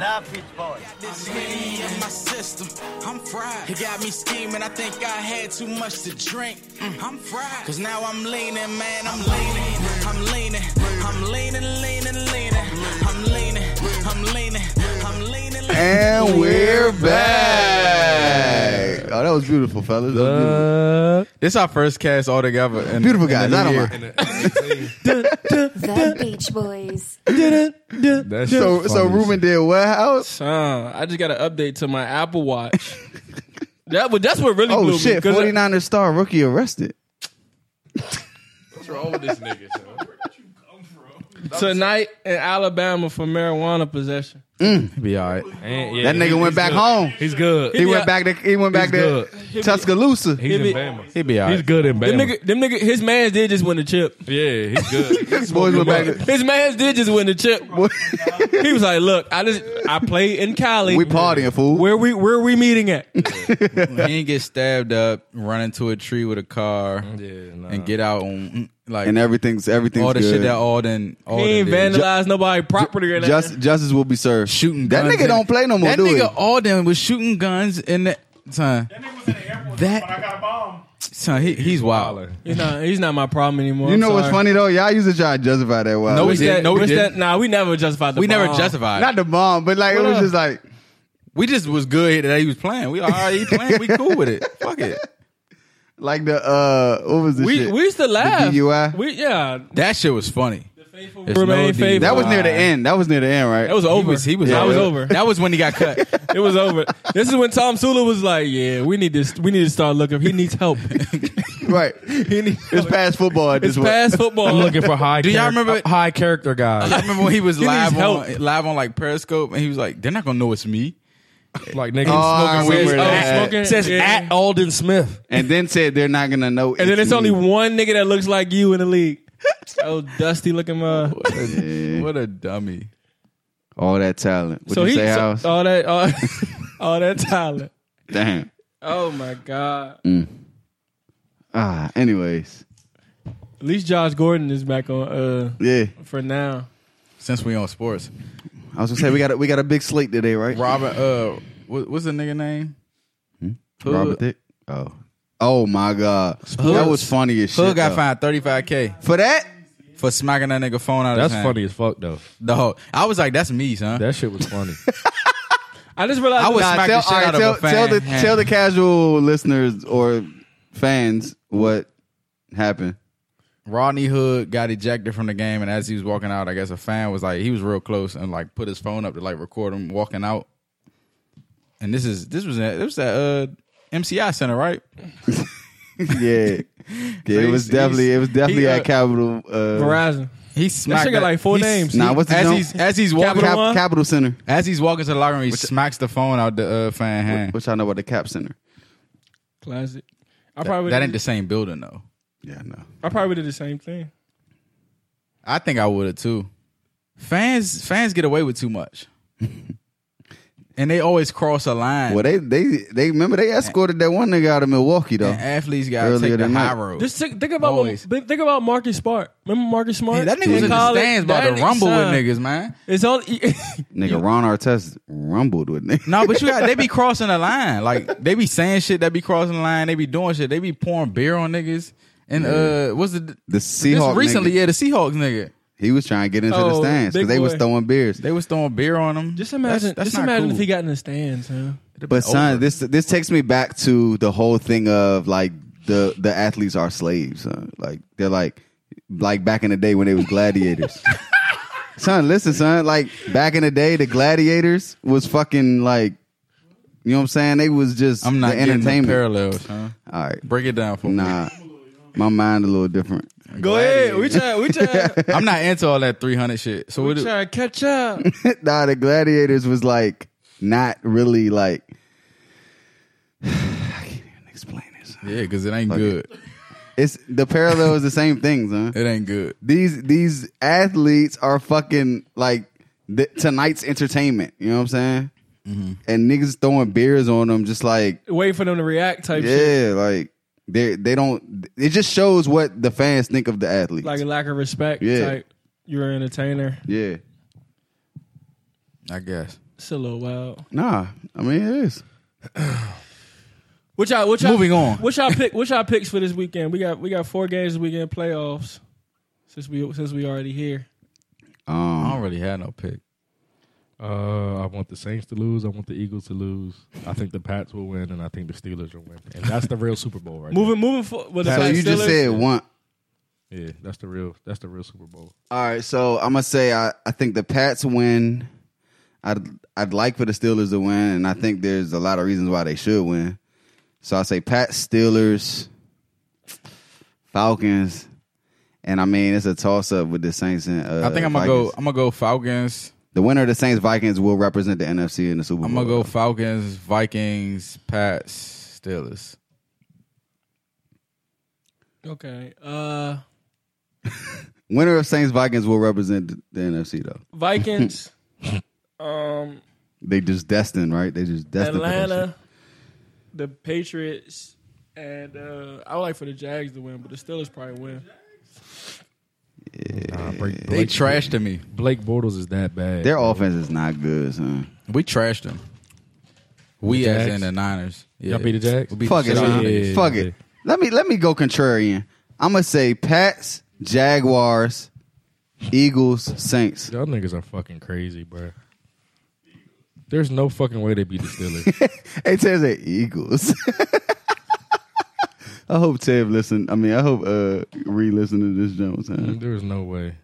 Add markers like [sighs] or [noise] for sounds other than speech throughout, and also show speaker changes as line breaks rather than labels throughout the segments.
Love Pitch Boy.
This Henny in my system, I'm fried. It got me scheming, I think I had too much to drink. Mm, I'm fried. Cause now I'm leaning, man, I'm leaning. I'm leaning, I'm leaning, leaning, leaning. I'm leaning, I'm leaning, I'm leaning.
And we're back. Oh, that was beautiful, fellas. That was beautiful.
This our first cast all together. And,
Beautiful guys, not on
year.
[laughs]
The Beach Boys.
[laughs] That's
So,
funny.
so Ruben did what house?
Son, Uh, I just got an update to my
[laughs]
Apple Watch. that, but that's what really
Oh
blew me.
shit!
'cause uh, I-
49er star rookie arrested.
What's wrong with this nigga? Tonight in Alabama for marijuana possession.
be all right.
And, yeah,
That nigga
he-
went
he's
back
good.
home.
He's good.
He went back to he went back to
good.
Tuscaloosa.
He's
He
in
be-
Bama.
He be all
He's
right.
good in
Them
Bama.
nigga, them nigga, his man did just win the chip.
Yeah, he's good.
His boys went back. To,
His man did just win the chip. he was like, "Look, I just I played in Cali.
we partying, fool.
where we where we
[laughs]
meeting at?
He didn't get stabbed up, run into a tree with a car,
yeah, nah.
and get out on mm, like
and everything's everything's
all the
good.
shit that Alden
He
Alden
ain't
did.
vandalized nobody property or nothing.
Just, justice will be served.
shooting
That
guns
nigga
in-
don't play no more,
That
do
nigga oh,
he?
Alden was shooting guns in the time.
That nigga was in the airport
That-
when I got a bomb.
Son, he, he's wild.
he's not he's not my problem anymore.
You
I'm
know what's
sorry.
funny though? Y'all used to try to justify that. Wild.
No,
Wish
didn't.
that,
No, we
wish
didn't.
that, nah, we never justified the
We never
bomb.
justified.
not the bomb, but like it
What
was
up?
just like
we just was good that he was playing. We all right, he playing. We cool with it. Fuck it.
like the uh what was this?
We
shit?
we used to laugh.
DUI?
We yeah.
That shit was funny. There's
Remain faithful.
that was near the end. That was near the end, right?
That was
He
over.
was, he was
That
over.
was over.
That was when he got cut.
It was over. This is when Tom Sula was like, "Yeah, we need this. We need to start looking. He needs help.
[laughs] right.
[laughs] He needs
It's past football at this
it's
point.
past football.
I'm looking for high.
Do y'all
character-
remember-
high character guys?
I remember when he was
He needs
live on
help.
live on like Periscope, and he was like, "They're not gonna know it's me."
like niggas
Oh, I
smoking
remember
weed.
Oh,
that.
smoking.
says
Yeah.
at Alden Smith.
and then said they're not gonna know.
and then it's
me.
only one nigga that looks like you in
[laughs]
the league. Oh, dusty looking uh
What a dummy!
all that talent. Would
So
you
he
say
so- uh,
house?
all that all, [laughs] all that talent.
Damn.
Oh my god!
Ah. Anyways,
At least Josh Gordon is back on uh
yeah.
for now.
Since we on sports,
I was gonna say we got a, we got a big slate today, right?
Robert, uh, what, what's the nigga name?
Hmm? Robert Dick. Oh. Oh my God. That was funny as shit.
Hood got
though.
fined thirty five k
For that?
for smacking that nigga phone out.
That's
of his
funny as fuck though.
No, I was like, "That's me, son."
That shit was funny.
I just realized
I was-
that-
Nah,
smack
tell,
the shit
all right,
out of
tell,
a fan.
tell the tell the casual listeners or fans what happened. [laughs]
Rodney Hood got ejected from the game, and as he was walking out, I guess a fan was like, he was real close and like put his phone up to like record him walking out. And this is this was at, it was at uh, MCI Center, right?
[laughs]
Yeah. Yeah, it
he's-
was definitely it was definitely
he, uh,
at Capital uh
Verizon.
He
That
smacked
shit got like four
he s-
names.
Nah, what's the
as
joint?
he's as he's walking
Capital
Cap-
One?
Capital Center.
as he's walking to the locker room, he smacks the phone out the uh, fan hand.
Which I know about the Cap Center.
Classic. I probably
that
did-
ain't the same building though.
Yeah, no.
I probably did the same thing.
I think I would have too. Fans fans get away with
[laughs]
too much, and they always cross a line.
Well they they they remember they escorted that one nigga out of Milwaukee though.
And athletes gotta
Earlier
take the
than
high
that.
road.
Just think, think about what,
Always.
think think about Marcus Smart. Remember Marcus Smart?
Yeah, that nigga was in the
college?
stands about
That
to rumble with
son.
niggas, man.
It's all [laughs]
Nigga Ron Artest rumbled with nigga.
No, but you got they be crossing the line. Like they be saying shit that be crossing the line. They be doing shit. They be pouring beer on niggas. And uh, what's
[laughs]
the
The
this
Seahawks
recently?
nigga,
Yeah, the Seahawks nigga.
he was trying to get into the
Oh,
stands
big
because they was
boy.
throwing beers.
They was throwing beer on them.
just imagine.
That's- that's
just
not
imagine
cool.
if he got in the stands, huh?
But
over.
son, this this takes me back to the whole thing of like the the athletes are slaves. Son. Like they're like like back in the day when they was
[laughs]
gladiators. son, listen, son. Like back in the day, the gladiators was fucking like you know what I'm saying. They was just
I'm not
the
getting the
entertainment.
parallels. Huh?
All right,
Break it down for me.
nah, my mind a little different.
Go ahead. We try. We try.
[laughs]
[laughs]
I'm not into all that 300 shit. So
we
what?
try to catch up.
nah, the gladiators was like not really like. [sighs] I can't even explain it. son.
yeah, because it ain't
Fuck
good.
it. It's the parallel is the same thing, son.
It ain't good.
these these athletes are fucking like th- tonight's entertainment. You know what I'm saying? And niggas throwing beers on them, just like
Wait for them to react. Type shit.
yeah, like they they don't. It just shows what the fans think of the athletes.
Like a lack of respect.
Yeah.
Type. You're an entertainer.
yeah,
I guess.
It's a little wild.
Nah, I mean it is.
What y'all? What y'all?
Moving on.
What y'all pick? What y'all picks for this weekend? We got we got four games this weekend playoffs. Since we since we already here,
I
Um,
don't really have no pick.
Uh, I want the Saints to lose. I want the Eagles to lose. I think the Pats will win, and I think the Steelers will win. And that's the real Super Bowl, right?
moving moving forward. Well,
so you just said one.
There. Yeah, that's the real. That's the real Super Bowl.
All right, so I'm gonna say I, I think the Pats win. I'd I'd like for the Steelers to win, and I think there's a lot of reasons why they should win. So I say Pats, Steelers, Falcons, and I mean it's a toss up with the Saints and uh,
I think I'm
Vikings.
gonna go. I'm gonna go Falcons.
The winner of the Saints Vikings will represent the NFC in the Super Bowl.
I'm gonna go Falcons, Vikings, Pats, Steelers.
Okay. Uh,
Winner of Saints Vikings will represent the- the NFC though.
Vikings. um,
They just destined, right? They just destined. for that shit.
Atlanta, the Patriots, and uh, I would like for the Jags to win, but the Steelers probably win.
Nah, Blake,
They
Blake,
trashed him. me.
Blake Bortles is that bad.
Their
bro.
offense is not good, son.
We trashed him. We
The
as in
Jags?
the Niners. Yeah.
Y'all beat the Jags?
We beat
Fuck
the
it,
shit out of
son.
the Niners.
yeah,
Fuck
yeah.
it. Let me let me go contrarian. I'm gonna say Pats, Jaguars, Eagles, Saints.
Y'all niggas are fucking crazy, bro. There's no fucking way they beat the Steelers.
Hey, Tev's at Eagles. [laughs] I hope Tev listen. I mean, I hope uh re-listen to this Jones.
Mm-hmm.
Huh?
There's no way.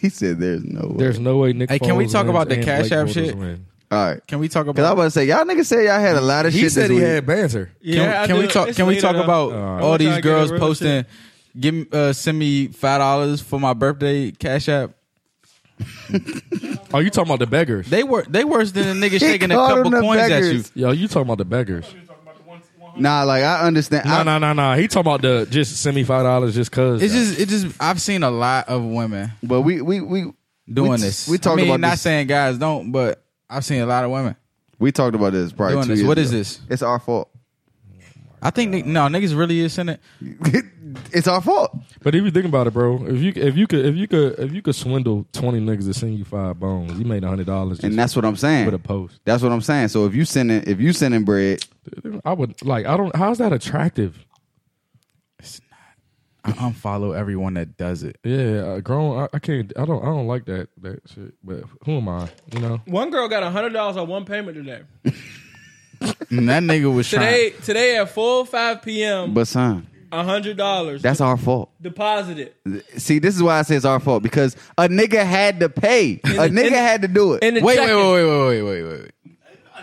He said, "There's no way."
There's no way Nick.
Hey, can we
Foles
talk
wins
about the
and
Cash
Blake
App
Bortles
shit?
win.
All right,
Can we talk
because I
about?
was about to say y'all niggas said y'all had a lot of shit.
He said
this
he
week.
had banter.
Can, can we talk? Can we talk about all
Uh,
I'm trying
these
to get
girls
a real
posting? Give me, uh, send me five dollars for my birthday cash app.
Oh, you talking about the beggars?
They were they worse
[laughs]
than a nigga shaking a
called
couple
them the
coins at you.
beggars.
Yo, you talking about the beggars?
Nah, like I understand.
No,
I,
no, no, no. He talking about the just send me five dollars just cause.
It's
though.
just it just I've seen a lot of women
But we we we
doing
we,
this.
We talked
I mean,
about
not
this.
saying guys don't, but I've seen a lot of women.
we talked about this. Probably
Doing
two
this.
years
What is
ago.
this?
It's our fault. [laughs]
I think ni- no niggas really is in it.
it's our fault.
But if you think about it, bro, if you if you could if you could if you could swindle twenty niggas to send you five bones, you made hundred dollars.
And that's what I'm saying.
with a post.
That's what I'm saying. So if you sending if you sending bread,
I would like. I don't. How's that attractive?
I unfollow everyone that does it.
Yeah, uh, grown. I, I can't. I don't. I don't like that. That shit. But who am I? You know.
One girl got hundred dollars on one payment today.
And that
[laughs]
nigga was
Today, today at four five p.m.
but son,
hundred dollars
that's our fault.
deposited
See, this is why I say it's our fault because a nigga had to pay. a
the-
nigga
in the-
had to do it.
in the
Wait, wait,
checking.
wait, wait, wait, wait, wait, wait,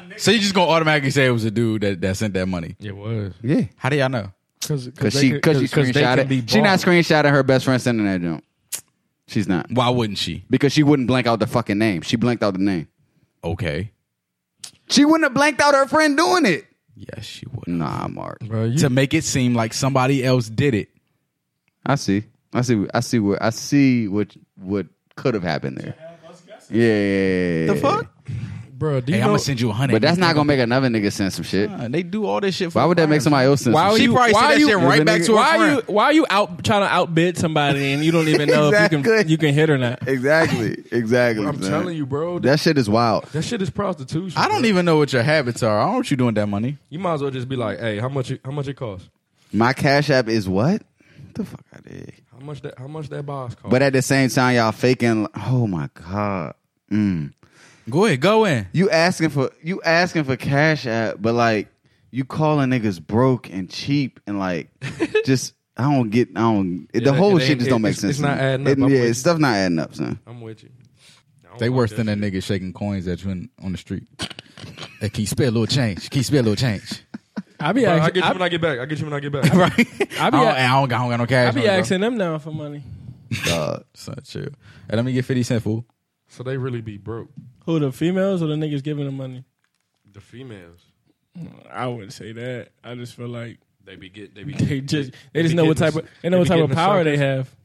wait. So you just gonna automatically say it was a dude that, that sent that money?
It was
yeah,
How do y'all know?
because
because she because she screenshot it. She not screenshotting her best friend sending that jump. She's not
Why wouldn't she?
because she wouldn't blank out the fucking name. She blanked out the name.
Okay.
She wouldn't have blanked out her friend doing it.
Yes, she would.
Nah, Mark.
Bro, you,
To make it seem like somebody else did it.
I see. I see. I see what I see what what could have happened there. Yeah, yeah, yeah, yeah.
The fuck?
bro, do you
Hey, I'm
know?
gonna send you a hundred.
But that's not gonna make another nigga send some shit.
Uh, They do all this shit. For
Why would that make
friends.
somebody else sense?
Why would
She
you-
Oh, probably
why
said that
you-
shit
Right back to her
why
friend.
you why you out trying to outbid somebody and you don't even know if you can
Exactly.
you can hit or not?
Exactly, exactly.
I'm
son.
telling you, bro. That,
that shit is wild.
that shit is prostitution.
I don't
bro.
even know what your habits are. I don't know what you doing with that money.
You might as well just be like, hey, how much? it- How much it costs?
My cash app is what? Get the fuck out of here.
How much that? How much that box cost?
But at the same time, y'all faking. like, Oh my god. Mm.
Go ahead, go in.
You asking for you asking for cash app, but like you calling niggas broke and cheap and
[laughs]
like just I don't get I don't it the
Yeah,
whole
it
shit
ain't-
just don't
it-
make
it's-
sense.
it's
to
not
me.
adding
It-
up. I'm
yeah,
with
it's stuff not adding up, son.
I'm with you. I don't
They
like
worse
that
than a
shit.
nigga shaking coins at you in, on the street. Hey, can you spare a little change? Can you spare a little change?
I be
Bro, I get
asking
you
I,
when I get back. I get you when I get back.
Right? I,
be
don't,
a-
I, don't, got- I don't got no cash.
I
on
be
me, bro.
asking them now for money.
Dog.
Son, chill. Hey, let me get 50 Cent, fool.
So they really be broke.
Who the females or the niggas giving them money?
The females,
I wouldn't say that. I just feel like
they be get. They be.
[laughs] they just they just
be
know what
getting
type
the-
of they know
they be
what type
getting
of
the
power they
suckers.
have.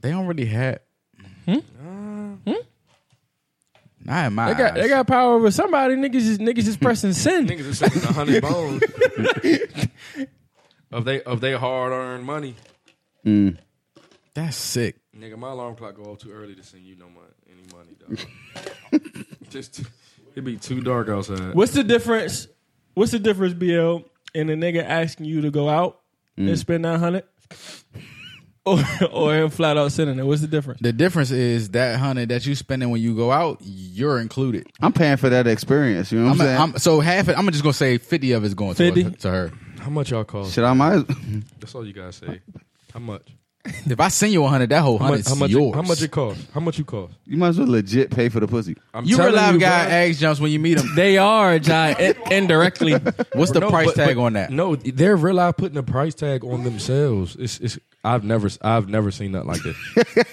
They don't really have.
Hmm?
Hmm? Not in
Ah,
my
They got
eyes.
they got power over somebody. Niggas is
[laughs]
niggas is pressing sin.
Niggas is sending a hundred bones of they of they hard earned money.
That's sick.
Nigga, my alarm clock go off too early to send you no money, any money, dog. Just it'd be too dark outside.
What's the difference? What's the difference, BL, in a nigga asking you to go out
Mm.
and spend nine hundred, or or him flat out sending it? What's the difference?
The difference is that hundred that you spending when you go out, you're included.
I'm paying for that experience. You know what I'm,
I'm,
saying?
I'm, so half. It, I'm just gonna say fifty of it's going to,
50?
her, to her.
How much y'all cost?
Shit, I might. [laughs]
That's all you gotta say. How much?
If I send you hundred, that whole
How much?
hundred's
How much,
yours.
how much it cost? How much you cost?
You might as well legit pay for the pussy.
I'm
you
telling
realize, guy
bro.
eggs jumps when you
[laughs]
meet him.
They are giant
[laughs]
indirectly.
What's the
No,
price
but-
tag
but
on that?
No, they're real life putting a price tag on themselves. It's it's I've never I've never seen nothing like
[laughs]
this.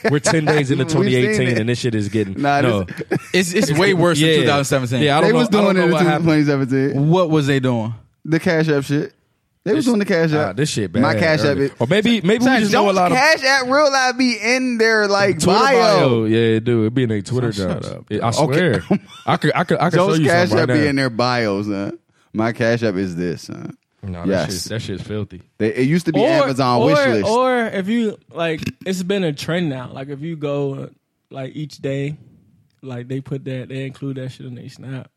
We're ten days into
We've seen
2018
it.
and this shit is getting
Nah,
no.
this- [laughs]
It's it's way worse
Yeah.
than 2017.
Yeah, I don't
They
know.
was
I don't
doing it
know
in
what happened.
2017.
What was they doing?
The cash app shit. They was
This-
doing the cash app.
Ah, this shit bad.
My cash app.
early. Oh,
It,
Or maybe maybe we just know a
don't
lot of
cash app real life be in their like
Twitter
bio.
bio. Yeah, it do. It be in their Twitter job. It- I swear.
[laughs]
I could I could I could show
Those
you
cash
something
app
right
be in
now.
their bios. Huh? My cash app is this. Huh?
No, that,
Yes.
shit, that shit's filthy.
They, it used to be
or,
Amazon
or,
wish list.
Or if you like, it's been a trend now. Like if you go uh, like each day, like they put that, they include that shit in their snap.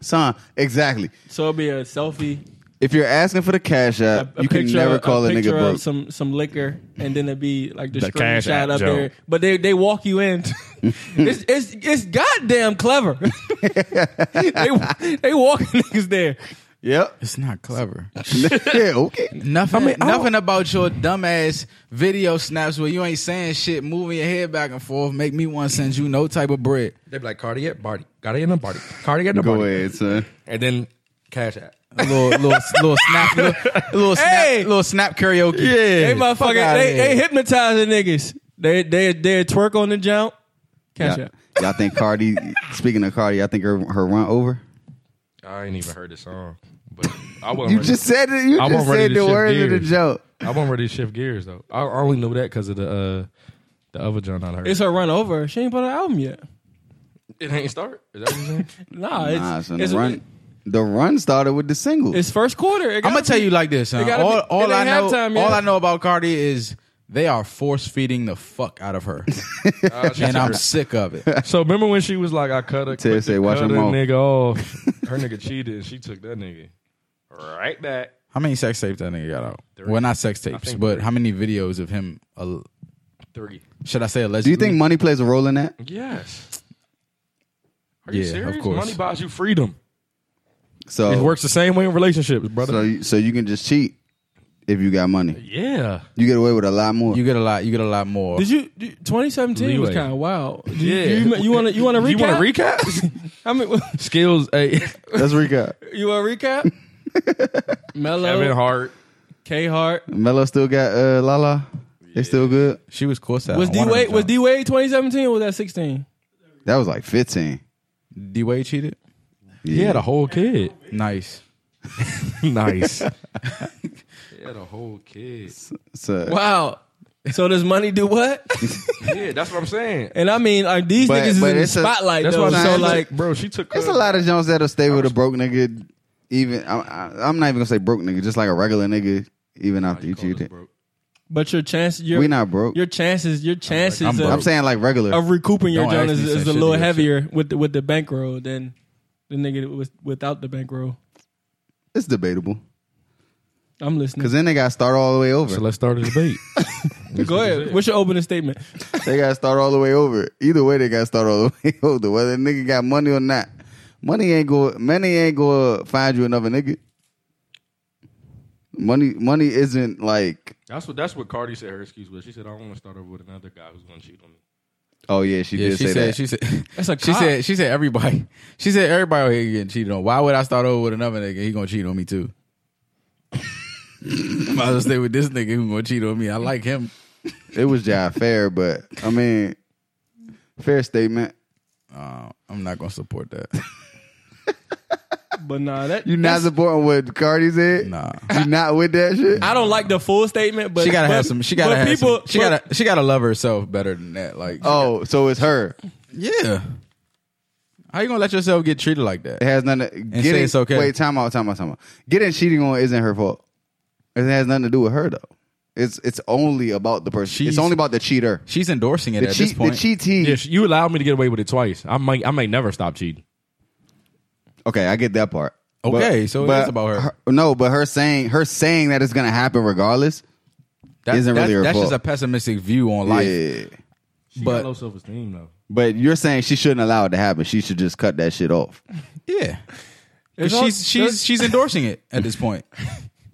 Son, exactly.
So it'll be a selfie,
If you're asking for the cash
a,
app,
a
you can
picture,
never
a
call a, nigga
picture
broke.
of some some liquor, and then it'd be like the,
The cash
screenshot
app
up
joke.
there. But they they walk
[laughs]
you in. it's it's it's goddamn clever. [laughs] they they walking [laughs] niggas there.
[laughs]
yep. [laughs]
It's not clever.
yeah, okay.
Nothing. nothing about your dumbass video snaps where you ain't saying shit, moving your head back and forth, make me want to send you no type of bread.
They be like Cartier Barty, Cartier and Barty, Cartier and
Go
Barty,
ahead, son.
and then Cash App.
A little, little, little snap, little, little snap,
Hey!
little snap karaoke.
They
Fuck
motherfucking
outta
they,
here.
they hypnotizing niggas. They they they twerk on the jump. Cash
Y'all,
app.
y'all think Cardi? speaking of Cardi, I think her her run over.
I ain't even heard the song, but
[laughs]
I wasn't.
You
ready-
just said it. You
I'm
just
ready to
said the
shift
words of the
gears.
joke.
I wasn't ready to shift gears though. I I only know that because of the uh, the other John I heard.
It's her run over. She ain't put an album yet.
it ain't start. Is that what you're
[laughs]
saying?
Nah, it's,
Nah, son, the
it's,
run. The run started with the single.
it's first quarter.
I'm gonna tell you like this. Huh?
gotta
All,
be-
all
it
I
ain't
know,
halftime yet.
all I know about Cardi is they are force feeding the fuck out of
[laughs]
her, and I'm sick of it.
so remember when she was like, I cut a
Ted
cut
said,
the-
"Watch
cut
him
a
off."
nigga
[laughs]
off. Her nigga cheated and she took that nigga right back.
How many sex tapes that nigga got out? Well, not sex tapes,
think
but
three.
how many videos of him? Uh,
Three.
should I say allegedly?
Do you think money plays a role in that?
Yes. Are you
Yeah, of
serious?
course.
Money buys you freedom.
So
It works the same way in relationships, brother.
So you, so you can just cheat if you got money.
yeah.
You get away with a lot more.
you get a lot? You get a lot more.
Did you? did- 2017 was
Leeway.
kind of wild. Do you-
Yeah.
do You, you want to? You want to recap?
You want to [laughs] recap?
I mean, [laughs]
Skills. Hey,
[laughs] Let's recap.
you want to [laughs] recap?
Kevin
Mello,
Hart.
K Hart.
Melo still got uh, Lala. They still good.
she was course out.
Was D Wade? Was D Wade 2017 or was that 16?
That was like fifteen.
D Wade cheated?
He had a whole kid.
Nice.
[laughs] nice. he had a whole kid.
So
Wow. So does money do what?
Yeah, that's what I'm saying.
[laughs] And I mean, like these
But-
niggas
but
is
it's
in
a-
the spotlight
That's
though.
what I'm
So
saying.
like,
bro, she took.
it's
her-
a lot of Jones that'll stay with a broke nigga. Even I'm, I- I'm not even gonna say broke nigga, just like a regular nigga. Even after you
Call this
cheated,
broke.
but your chance, your
we not broke.
your chances, your chances
I'm
of,
I'm saying like regular.
of recouping your
Don't
joint
ask
is,
me
is
that
a
shit
little
again,
heavier with the, with the bankroll than the nigga that was without the bankroll.
it's debatable
I'm
because
listening.
then they got to start all the way over.
So let's start a debate.
[laughs]
Go ahead. What's your opening statement?
[laughs]
they got to start all the way over. Either way, they got to start all the [laughs] way over. Whether the nigga got money or not, money ain't go. Money ain't gonna find you another nigga. Money, money isn't like.
that's what that's what Cardi said. Her excuse was she said, "I don't want to start over with another guy who's going to cheat on me."
Oh yeah, she
Yeah,
did
she
say
said,
that.
she said
[laughs] That's a
she
cop.
said she said everybody [laughs] she said everybody out here getting cheated on. Why would I start over with another nigga? He gonna cheat on me too. [laughs] Might as well stay with this nigga who gonna cheat on me. I like him.
it was John Fair, but I mean, fair statement.
Uh, I'm not gonna support that.
But nah, that
You not supporting what Cardi said?
Nah.
You not with that shit?
I don't like the full statement.
[laughs]
But
She gotta
but-
have some. She gotta
but
have
people,
some. She
but-
gotta she gotta love herself better than that. Like
Oh, so it's her.
yeah. How you gonna let yourself get treated like
It
that?
has nothing. To,
say
getting
it's okay.
Wait, time out, time out, time out. Getting cheating on isn't her fault. It has nothing to do with her though. It's it's only about the person.
She's-
it's only about the cheater.
She's endorsing it
The
at
cheat.
this
The
point.
cheatee.
Yeah, she- you allowed me to get away with it twice. I might I may never stop cheating.
Okay, I get that part.
Okay, so it is about her.
No, but her saying her saying that it's gonna happen regardless.
That,
Isn't
that's-
really her
That's just a
fault.
pessimistic view on life.
yeah.
She
But-
got low self esteem though.
But you're saying she shouldn't allow it to happen. She should just cut that shit off.
Yeah. 'Cause
There's al-
she's she's she's endorsing it at this point.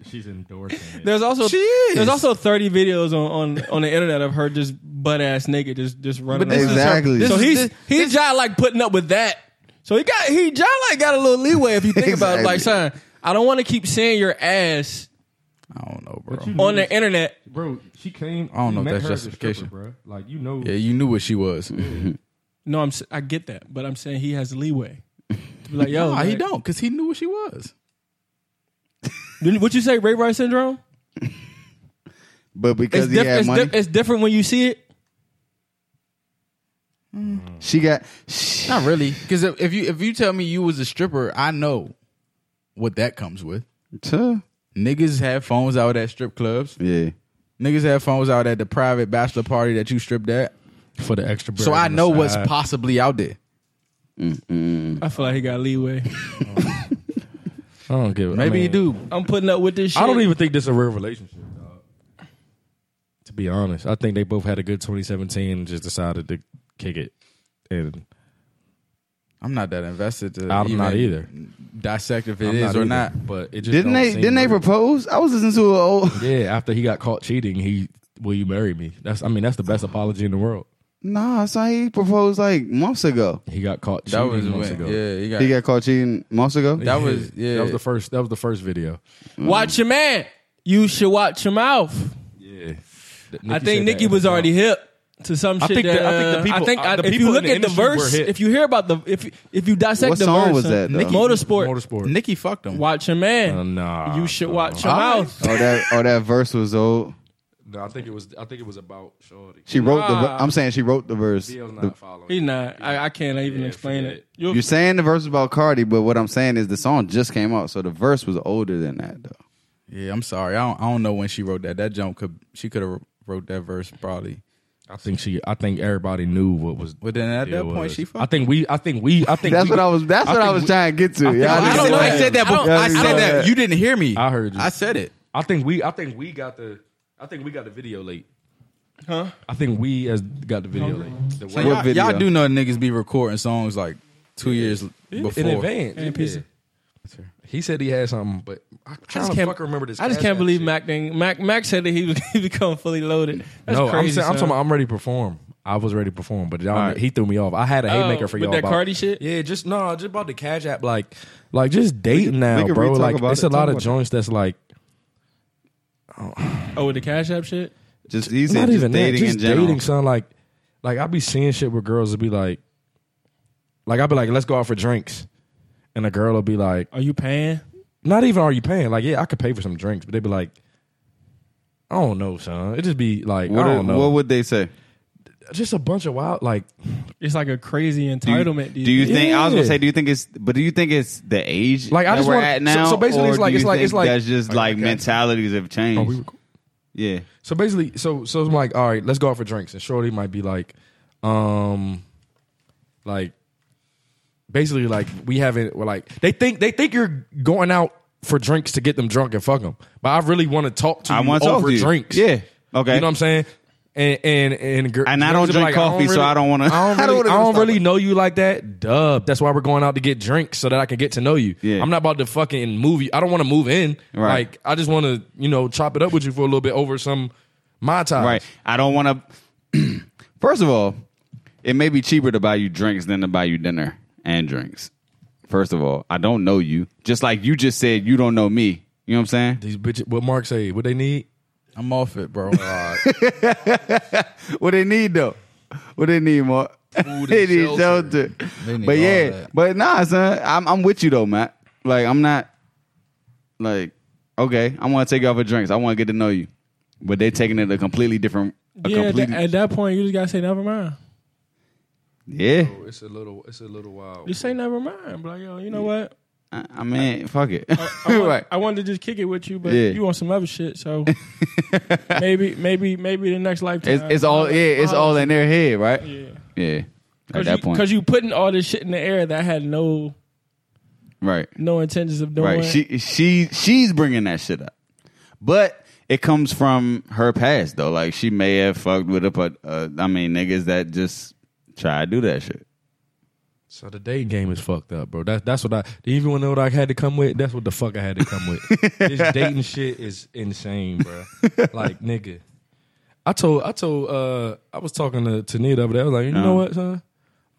She's
[laughs]
endorsing it.
There's also
She is.
there's also 30 videos on, on, on the internet of her just butt ass naked just just running.
But this is
around.
her-
Exactly.
this
so
is-
he's
this-
he John like putting up with that. So he got he John like got a little leeway if you think about it. like son. I don't want to keep seeing your ass
[laughs] I don't know, bro.
you
on the internet.
bro, she came.
I
you
don't know if
met
that's
her as a
justification.
stripper, bro. Like you know,
yeah, you knew what she was.
No, I'm s- I get that, but I'm saying he has leeway. To be like
[laughs]
yo,
No, he
like-
don't, because he knew what she was.
Didn't- What you say, rape right syndrome?
But because
It's,
he
diff-
had
it's,
money,
diff- it's different when you see it.
she got. She,
Not really, because if, if you if you tell me you was a stripper, I know what that comes with.
Tuh.
Niggas have phones out at strip clubs.
yeah,
Niggas have phones out at the private bachelor party that you stripped at.
for the extra.
So I know what's
possible.
possibly out there.
I feel like he got leeway.
I don't give.
Maybe
I
you do.
I'm putting up with this shit.
I don't even think this is a real relationship, dog. To be honest, I think they both had a good 2017 and just decided to kick it. And
I'm not that invested. To
I'm not
even Dissect if it is
I'm either,
or not.
but it just don't
didn't they?
seem
Didn't they
real.
propose? I was listening to an old. [laughs]
yeah, after he got caught cheating, he will you marry me? That's I mean that's the best apology in the world.
Nah, so he proposed like months ago.
He got caught
That
cheating
was
months
when,
ago.
yeah. He got,
He got caught cheating months ago.
[laughs] that was yeah.
That was the first. That was the first video.
watch your man. You should watch your mouth.
Yeah,
I think Nikki was already hip to some
I
shit.
think
that,
the- I think the
uh,
people-
I think
uh, the
if you
people in
look
the
at the
industry were
verse,
hip.
if you hear about the if if you dissect
What
the
song
verse,
was
uh,
that, though?
Nicki Motorsport.
Motorsport.
Nikki fucked him.
Watch your man.
Uh, nah,
you should
nah.
watch your
All right.
mouth.
Oh that. Oh that verse was old.
No, I think it was. I think it was about Shorty.
She wrote the. ver-
Nah.
I'm saying she wrote the verse.
Bill's
The-
not following.
He not. I, I can't even
Yeah,
explain
forget
it. You'll-
You're saying the verse about Cardi, but what I'm saying is the song just came out, so the verse was older than that though.
Yeah, I'm sorry. I don't, I don't know when she wrote that. That jump could she could have wrote that verse probably.
I think she. I think everybody knew what was.
But then at
deal
that point,
was.
she fucked
I think we. I think we. I think
That's
we-
what I was. That's what I
think
was
we-
trying to get to.
think-
Y'all
I
I,
niggas
don't know.
like-
I said that.
I don't-
Before. I,
I
said
don't-
that. You didn't hear me.
I heard you.
I said it.
I think we. I think we got the. I think we got the video late. Huh? I think we as got the video late. The
So
way-
y'all,
video?
y'all do know niggas be recording songs like two years before.
in advance.
And piece
yeah.
of-
He said he had something, but I just can't
can't-
fucking remember this.
I just
Cash
can't
App
believe
shit.
Mac thing. Mac Mac said that he was [laughs] he become fully loaded. That's
no, I'm,
crazy.
saying, I'm
son.
talking. About, I'm ready to perform. I was ready to perform, but y'all,
Alright.
he threw me off. I had a haymaker for
Oh, with
y'all
that
about-
Cardi shit?
Yeah, just no, just about the cash app, like, like just dating now,
can
bro.
re-talk
Like,
about
it's
it.
a lot
Talk
of
about
joints that's like
oh with the Cash App shit.
Just he said
not
just
even that,
dating in
just
general.
dating, son. Like, like I be seeing shit where girls will be like, like I'll be like, let's go out for drinks, and a girl will be like,
Are you paying?
not even are you paying? Like, yeah, I could pay for some drinks, but they'd be like, I don't know, son. It just be like,
What,
I
are-
don't know,
what would they say?
just a bunch of wild, like,
It's like a crazy
Do you,
entitlement.
do you think? I was gonna
Yeah.
say, do you think it's? But do you think it's the age
Like, I
that
just
we're
wanna-
at
so-
now?
so basically
or
it's like-
do you
it's like-
think
it's like-
that's just
Oh,
like
okay.
mentalities
Oh,
have changed.
are we
yeah,
So basically, so so I'm like, all right, let's go out for drinks. And Shorty might be like, um, like basically like we haven't. We're like they think they think you're going out for drinks to get them drunk and fuck them. But I really want to talk to
I
you
want to talk
over
to you.
drinks.
Yeah, okay.
you know what I'm saying. And and and, gir-
And I
girls
don't
will be
drink coffee, so I don't
[laughs]
wanna-
I don't
[laughs] I
really, I
don't wanna
don't
stop
really
it.
know you like that. Dub. That's why we're going out to get drinks so that I can get to know you.
Yeah.
I'm not about to fucking move you. I don't want to move in.
Right.
Like I just want to, you know, chop it up with you for a little bit over some my time.
right. I don't want to. [clears throat] First of all, it may be cheaper to buy you drinks than to buy you dinner and drinks. First of all, I don't know you. Just like you just said, you don't know me. You know what I'm saying?
These bitches. What Mark say? What they need?
I'm off
[laughs]
it, bro.
[laughs] What they need though? What they need more? [laughs]
and
they need
shelter.
shelter.
They need
but
all
yeah,
that.
but nah, son. I'm I'm with you though, Matt. Like I'm not like okay. I want to take you out for drinks. I want to get to know you. But they taking it a completely different. A
Yeah, at that-
completely,
at that point, you just gotta say never mind.
yeah.
It's a little. It's a little wild.
You say never mind. But like, yo, you know what?
I, I mean, fuck it. [laughs]
I want,
right.
I wanted to just kick it with you, but
Yeah.
you want some other
[laughs]
shit, so maybe, maybe, maybe the next lifetime.
It's, it's all yeah. It's all in their head, right?
Yeah.
Yeah. At
Cause
that
you,
point,
Because you putting all this shit in the air that had no
Right.
no intentions of doing.
Right. She she she's bringing that shit up, but it comes from her past though. Like she may have fucked with a, but uh, I mean niggas that just try to do that shit.
So the dating game is fucked up, bro. That's that's what I even when know what I had to come with. That's what the fuck I had to come
[laughs]
with. this dating shit is insane, bro. Like nigga, I told I told uh I was talking to to Nia the other day. I was like, you
Uh-huh.
know what, son?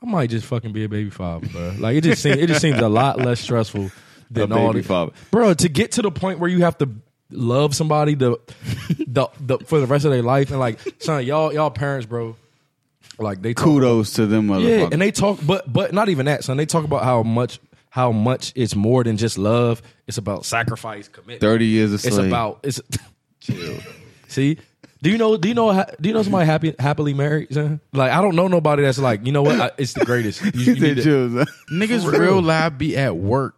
I might just fucking be a baby father, bro. Like it just seems it just seems a lot less stressful than
[laughs] A
all
baby
the-
father.
bro. To get to the point where you have to love somebody the the, the for the rest of their life and like son, y'all y'all parents, bro. Like they talk-
Kudos to them motherfuckers.
yeah, and they talk, but but not even that, son. They talk about how much how much it's more than just love. It's about sacrifice, commitment.
Thirty years of slave.
It's
[laughs]
about it's. [laughs] See, do you know? Do you know? ha- Do you know somebody happy happily married? Son? Like I don't know nobody that's like you know what? I, it's the greatest. You, you
He said
need to-
chills, huh?
Niggas real live be at work,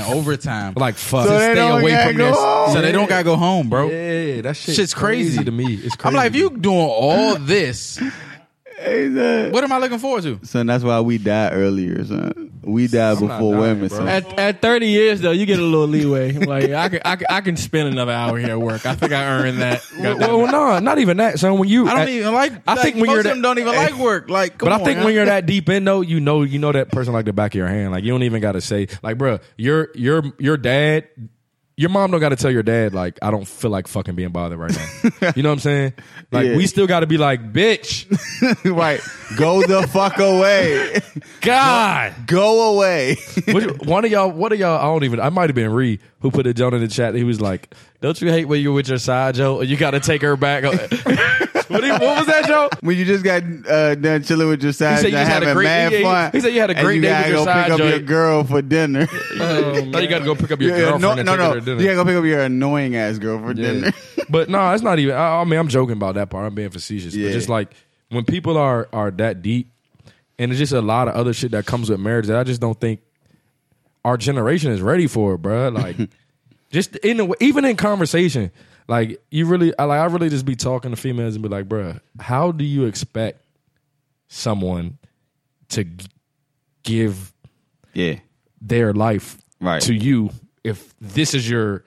[laughs]
overtime,
like fuck.
So
Just
they
stay
don't
away
gotta
from
go
this.
home.
so they don't gotta go home, bro.
Yeah, that shit
Shit's crazy.
to me. It's crazy.
I'm like, if you [laughs] doing all this,
Hey, son.
what am I looking forward to?
Son, that's why we die earlier, son. We die
not
before
dying,
women,
bro.
son.
At, at 30 years though, you get a little [laughs] leeway. Like I can, I can, I can spend another hour here at work. I think I earned that.
well, well, no, not even that, son. When you,
I don't even like.
I think when
most
you're
of
that-
them
[laughs]
don't even like work. Like, come
But I
on,
think
huh?
when you're that deep in though, you know you know that person like the back of your hand. Like you don't even gotta say like, bruh, your your your dad, your mom don't gotta tell your dad like I don't feel like fucking being bothered right
[laughs]
now. you know what I'm saying? Like
Yeah.
we still gotta be like,
[laughs]
bitch,
right. Go the fuck away.
God.
Go away. [laughs]
What- one of y'all, one of y'all, I don't even. I might have been Ree who put a joke in the chat. He was like, "Don't you hate when you're with your side Joe and you gotta take her back?" [laughs] what, he- what was that Joe?
when you just got uh, done chilling with your side,
said you just had a
having
great-
mad
yeah, he-
fun.
he said you had a
and
great
you
day
gotta
with your
go
side
pick up your
joint.
girl
[laughs]
for dinner.
Now you gotta go pick up your
Oh, [laughs] Yeah,
girlfriend.
no,
and
no,
take
no.
Her to dinner.
You gotta go pick up your annoying ass girl for dinner. [laughs]
but no, it's not even. I, I mean, I'm joking about that part. I'm being facetious.
Yeah.
But just like when people are are that deep, and it's just a lot of other shit that comes with marriage that I just don't think our generation is ready for, bro.
[laughs]
Like, just in a, way- even in conversation, like you really, I, like I really just be talking to females and be like, bruh, how do you expect someone to g- give
yeah,
their life
Right.
to you if this is your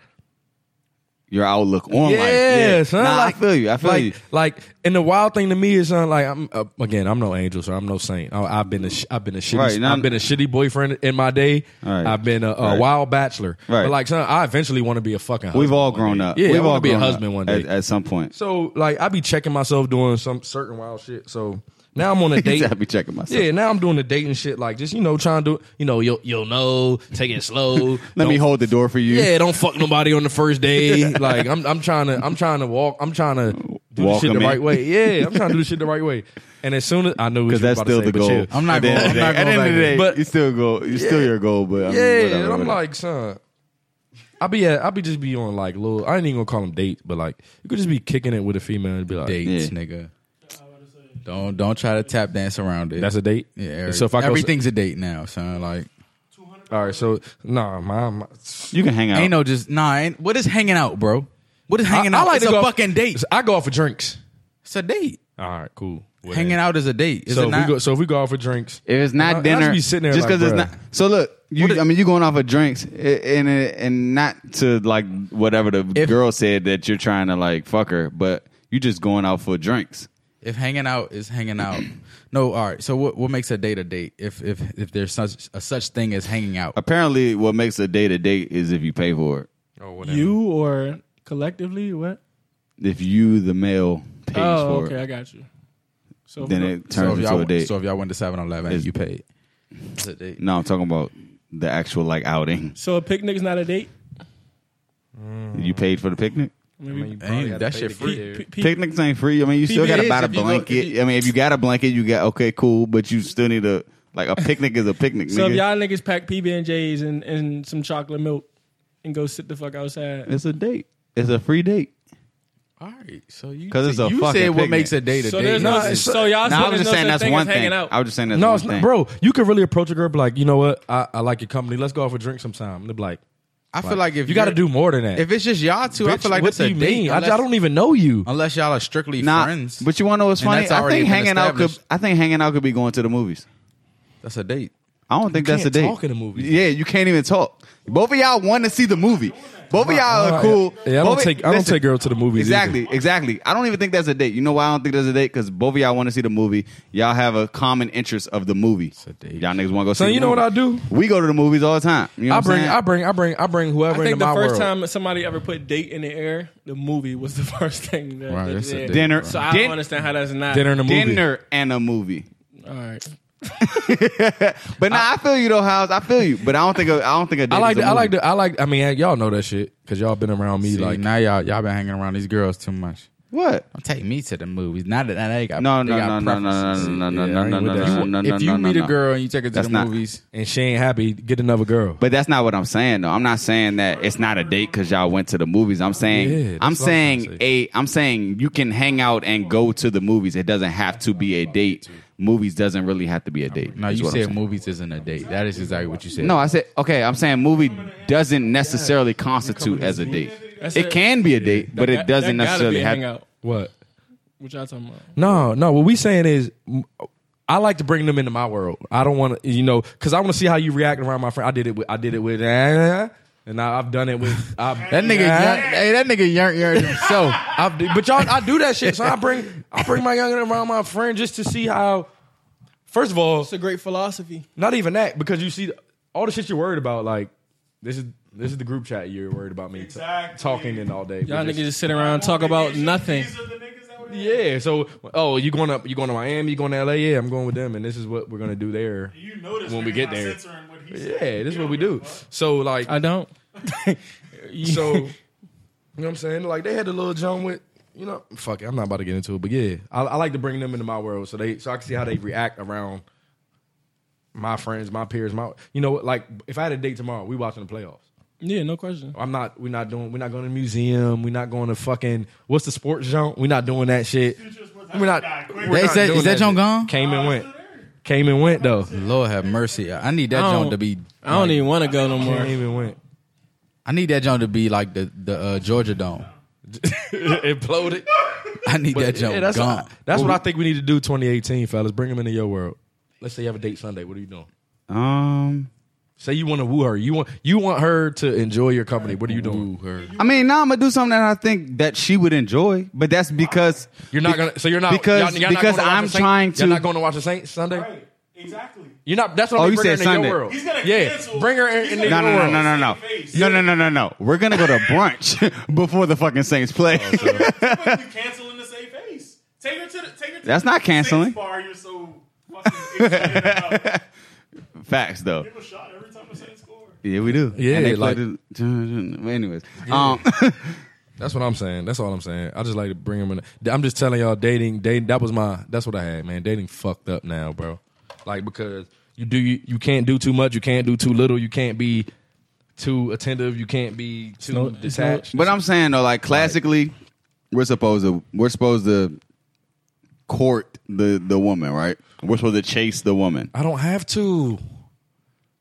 your outlook on life.
yeah, son.
Nah,
like,
I feel you. I feel
like,
you.
Like, and the wild thing to me is, son, like, I'm uh, again, I'm no angel, so I'm no saint. I, I've been a, sh- I've been a shitty,
Right, now-
I've been a shitty boyfriend in my day.
Right.
I've been a, a
Right.
wild bachelor.
Right.
But like, son, I eventually want to be a fucking. Husband
We've all
one
grown
day.
up.
Yeah,
We've
I
all
want to be a
grown up
husband one day.
at, at some [laughs] point.
so like, I be checking myself doing some certain wild shit. So now I'm on
[laughs]
a date.
I be checking myself.
Yeah, now I'm doing the dating shit, like just you know, trying to do, you know, you'll you'll know, take it slow.
[laughs] Let
don't
me hold the door for you.
yeah, don't fuck nobody on the first
[laughs]
day. Like I'm I'm trying to I'm trying to walk I'm trying to do the
Walk
shit
them
the
in.
right way.
[laughs]
Yeah, I'm trying to do the shit the right way. And as soon as I know
because that's still the goal.
I'm not
At the end
going-
of the
I'm
day- At the
not going
end of the
back
day,
there. But-
it's still a goal. It's still your goal. But I mean,
yeah,
whatever,
and I'm
whatever.
like, son, I be at I be just be on like little. I ain't even gonna call them dates, but like you could just be kicking it with a female and be like,
dates,
Yeah.
nigga. Don't don't try to tap dance around it.
that's a date.
yeah. Eric.
So if I go,
everything's a date now, son. Like
all right, so nah, my, my
you can hang out.
ain't no just nah. Ain't, what is hanging out, bro? What is hanging
I- I
out?
like
it's
to go-
a fucking date.
I go out for drinks.
It's a date.
All right, cool. Whatever.
Hanging out is a date. Is
So
it
if we
not?
go so if we go out for drinks,
If it's
I-
not
I just
dinner,
be sitting there
just
like,
because it's
bruh.
not. So look, you. I mean, you going off of drinks, eh, and eh, and not to like whatever the
If-
girl said that you're trying to like fuck her, but you just going out for drinks.
if hanging out is hanging out, [clears throat] no. All right. So what what makes a date a date? If if if there's such a such thing as hanging out,
Apparently, what makes a date a date is if you pay for it.
oh, whatever.
You or collectively what?
If you, the male, pays
Oh,
for
okay, I
it,
got you. So if
then
we go-
it
so
turns
if
into
y'all
a date.
so if y'all went to Seven Eleven,
It's-
you paid. It's a date.
no, I'm talking about the actual like outing.
so a picnic's not a date.
You paid for the picnic.
Maybe
Ain't- that shit free.
P- P-
Picnics ain't free. I mean, you still got to
PBAs
buy the
if you go-
blanket.
if you-
I mean, if you got a blanket, you got okay, cool, but you still need a like a picnic is a picnic.
So if
nigga.
y'all niggas pack PB and J's and and some chocolate milk and go sit the fuck outside,
It's a date. It's a free date.
All right. So you
'Cause it's a
you
fucking
said what
picnic.
makes a date a
so
date.
there's no,
Nah, it's-
so y'all
No, I was
said there's
just
no
saying
such
that's
thing
one
as hanging
thing.
out.
I was just saying that's
No,
one
it's
thing.
not, bro. You could really approach a girl, be like, you know what? I, I like your company. Let's go out for a drink sometime. And they'd be like,
I feel like if
you got to
you're-
do more than that.
If it's just y'all two, I
Bitch,
feel like
what
that's
do
a
you
date.
mean? I,
Unless,
I don't even know you.
unless y'all are strictly
Nah,
friends.
but you want to know what's
And
funny?
that's
I
already
think
been
hanging out could.
established.
I think hanging out could be going to the movies.
that's a date.
I don't think that's
can't
the date.
talk in the movie.
Yeah, you can't even talk. Both of y'all want to see the movie. Both of y'all
nah,
are cool.
yeah. Yeah, I don't
Both of-
take- I don't take girls to the movies
Exactly, exactly. I don't even think that's a date. You know why I don't think that's a date? Because both of y'all want to see the movie. Y'all have a common interest of the movie.
a date.
Y'all niggas want to go.
Son,
see the
you know
movie.
what I do?
We go to the movies all the time. You know
I
what I'm
bring,
saying?
I bring, I bring, I bring whoever
I think
into
the
my
first
world.
time that somebody ever put date in the air, the movie was the [laughs] first thing. That,
Wow,
that
that's a
did.
date,
Dinner.
So I
Din-
don't understand how that's not
dinner in a movie.
dinner and a movie.
All right.
But nah, I, feel you though, House. I feel you. But I don't think a, I don't think a date
I like, the,
is a
I
movie.
like, the, I like. I mean, y'all know that shit because y'all been around me.
See,
like,
now y'all y'all been hanging around these girls too much.
what?
Don't take me to the movies. Not that now they got
No,
they
no,
got
no, no, no,
preferences.
no, no, no,
Yeah,
no,
I ain't
no,
with
no,
that.
no,
You-
no, no,
if you
no,
meet
no.
a girl and you take her to
That's
the
not-
movies,
and she ain't happy, get another girl.
But that's not what I'm saying though. I'm not saying that it's not a date because y'all went to the movies. I'm saying
Yeah, that's
I'm
what I'm
saying
trying to
a I'm saying you can hang out and go to the movies. It doesn't have to be a date. Movies doesn't really have to be a date.
no,
is
you
what I'm
said
saying.
movies isn't a date. That is exactly what you said.
No, I said okay. I'm saying movie doesn't necessarily constitute as a date.
That's
It
it.
can be a date, but it
That-
doesn't
that gotta
necessarily
be a
have.
hangout.
What?
What y'all talking about?
No, no. What we saying is, mm, I like to bring them into my world. I don't want to, you know, because I want to see how you react around my friend. I did it with, I did it with, eh, and I, I've done it with i
[laughs] that nigga, yearn- hey, that nigga yearn yearn himself.
I've, but y'all, I do that shit. So I bring, I bring my young around my friend just to see how. First of all,
It's a great philosophy.
Not even that, because you see all the shit you're worried about. Like this is this is the group chat you're worried about me ta-
Exactly.
talking in all day.
Y'all
But
niggas
just-
just sit around and talk about nothing.
These are the niggas that would-
yeah. So oh, you going up? You going to Miami? You going to LA? Yeah, I'm going with them, and this is what we're gonna do there.
You notice
When we
niggas
get
not
there.
censoring what he
Yeah,
said.
this is
You
what
don't
we
give a
do.
fuck.
So like,
I [laughs] don't.
so you know what I'm saying? Like they had a little John with. You know, fuck it. I'm not about to get into it, but yeah, I, I like to bring them into my world so they so I can see how they react around my friends, my peers, my you know, like if I had a date tomorrow, we watching the playoffs.
Yeah, no question.
I'm not. We're not doing. We're not going to the museum. We're not going to fucking. What's the sports junk? We're not doing that shit. We're not. we're
They
not
said-
doing
is that
shit.
junk gone?
Came
Oh,
and went. Came and went
[laughs]
though.
Lord have mercy. I I need that
I don't-
joint to be.
I don't even want to go no more.
Came and
[laughs]
went.
I need that joint to be like the the uh, Georgia Dome.
Imploded.
I need that joint
Yeah, that's
gone.
what, that's what I think we need to do. 2018, fellas, bring them into your world. Let's say you have a date Sunday. What are you doing?
Um,
Say you want to woo her. You want you want her to enjoy your company. What are you doing? Woo her.
I mean, now I'm gonna do something that I think that she would enjoy, but that's because
You're not gonna. So you're not
Because-
y'all- y'all not
because
going watch
I'm
the Saints-
trying to-
You're not going to watch the Saints Sunday.
Right. Exactly.
You're not. That's what
Oh,
I'm
you
bringing her
said
into
Sunday.
your world.
He's gonna
yeah,
cancel.
bring her in.
He's
in
gonna
your
No, no, no,
world.
no, no, no. No, no, no, no, no. We're going to go to brunch [laughs] before the fucking Saints play.
But you cancel in the same face. Take her to the. Take her to
That's
the
not canceling.
Saints Bar, you're so fucking [laughs] excited about.
[laughs]
Give
Facts, though.
a shot every time the Saints score.
Yeah, we do.
Yeah,
And they
like-
play the- [laughs] anyways. Um,
That's what I'm saying. That's all I'm saying. I just like to bring them in. I'm just telling y'all, dating, dating. That was my. That's what I had, man. Dating fucked up now, bro. Like because you do, you, you can't do too much. You can't do too little. You can't be too attentive. You can't be too
no- it's no-
detached.
but I'm saying, though, like, classically, we're supposed to, we're supposed to court the, the woman, right? We're supposed to chase the woman.
I don't have to.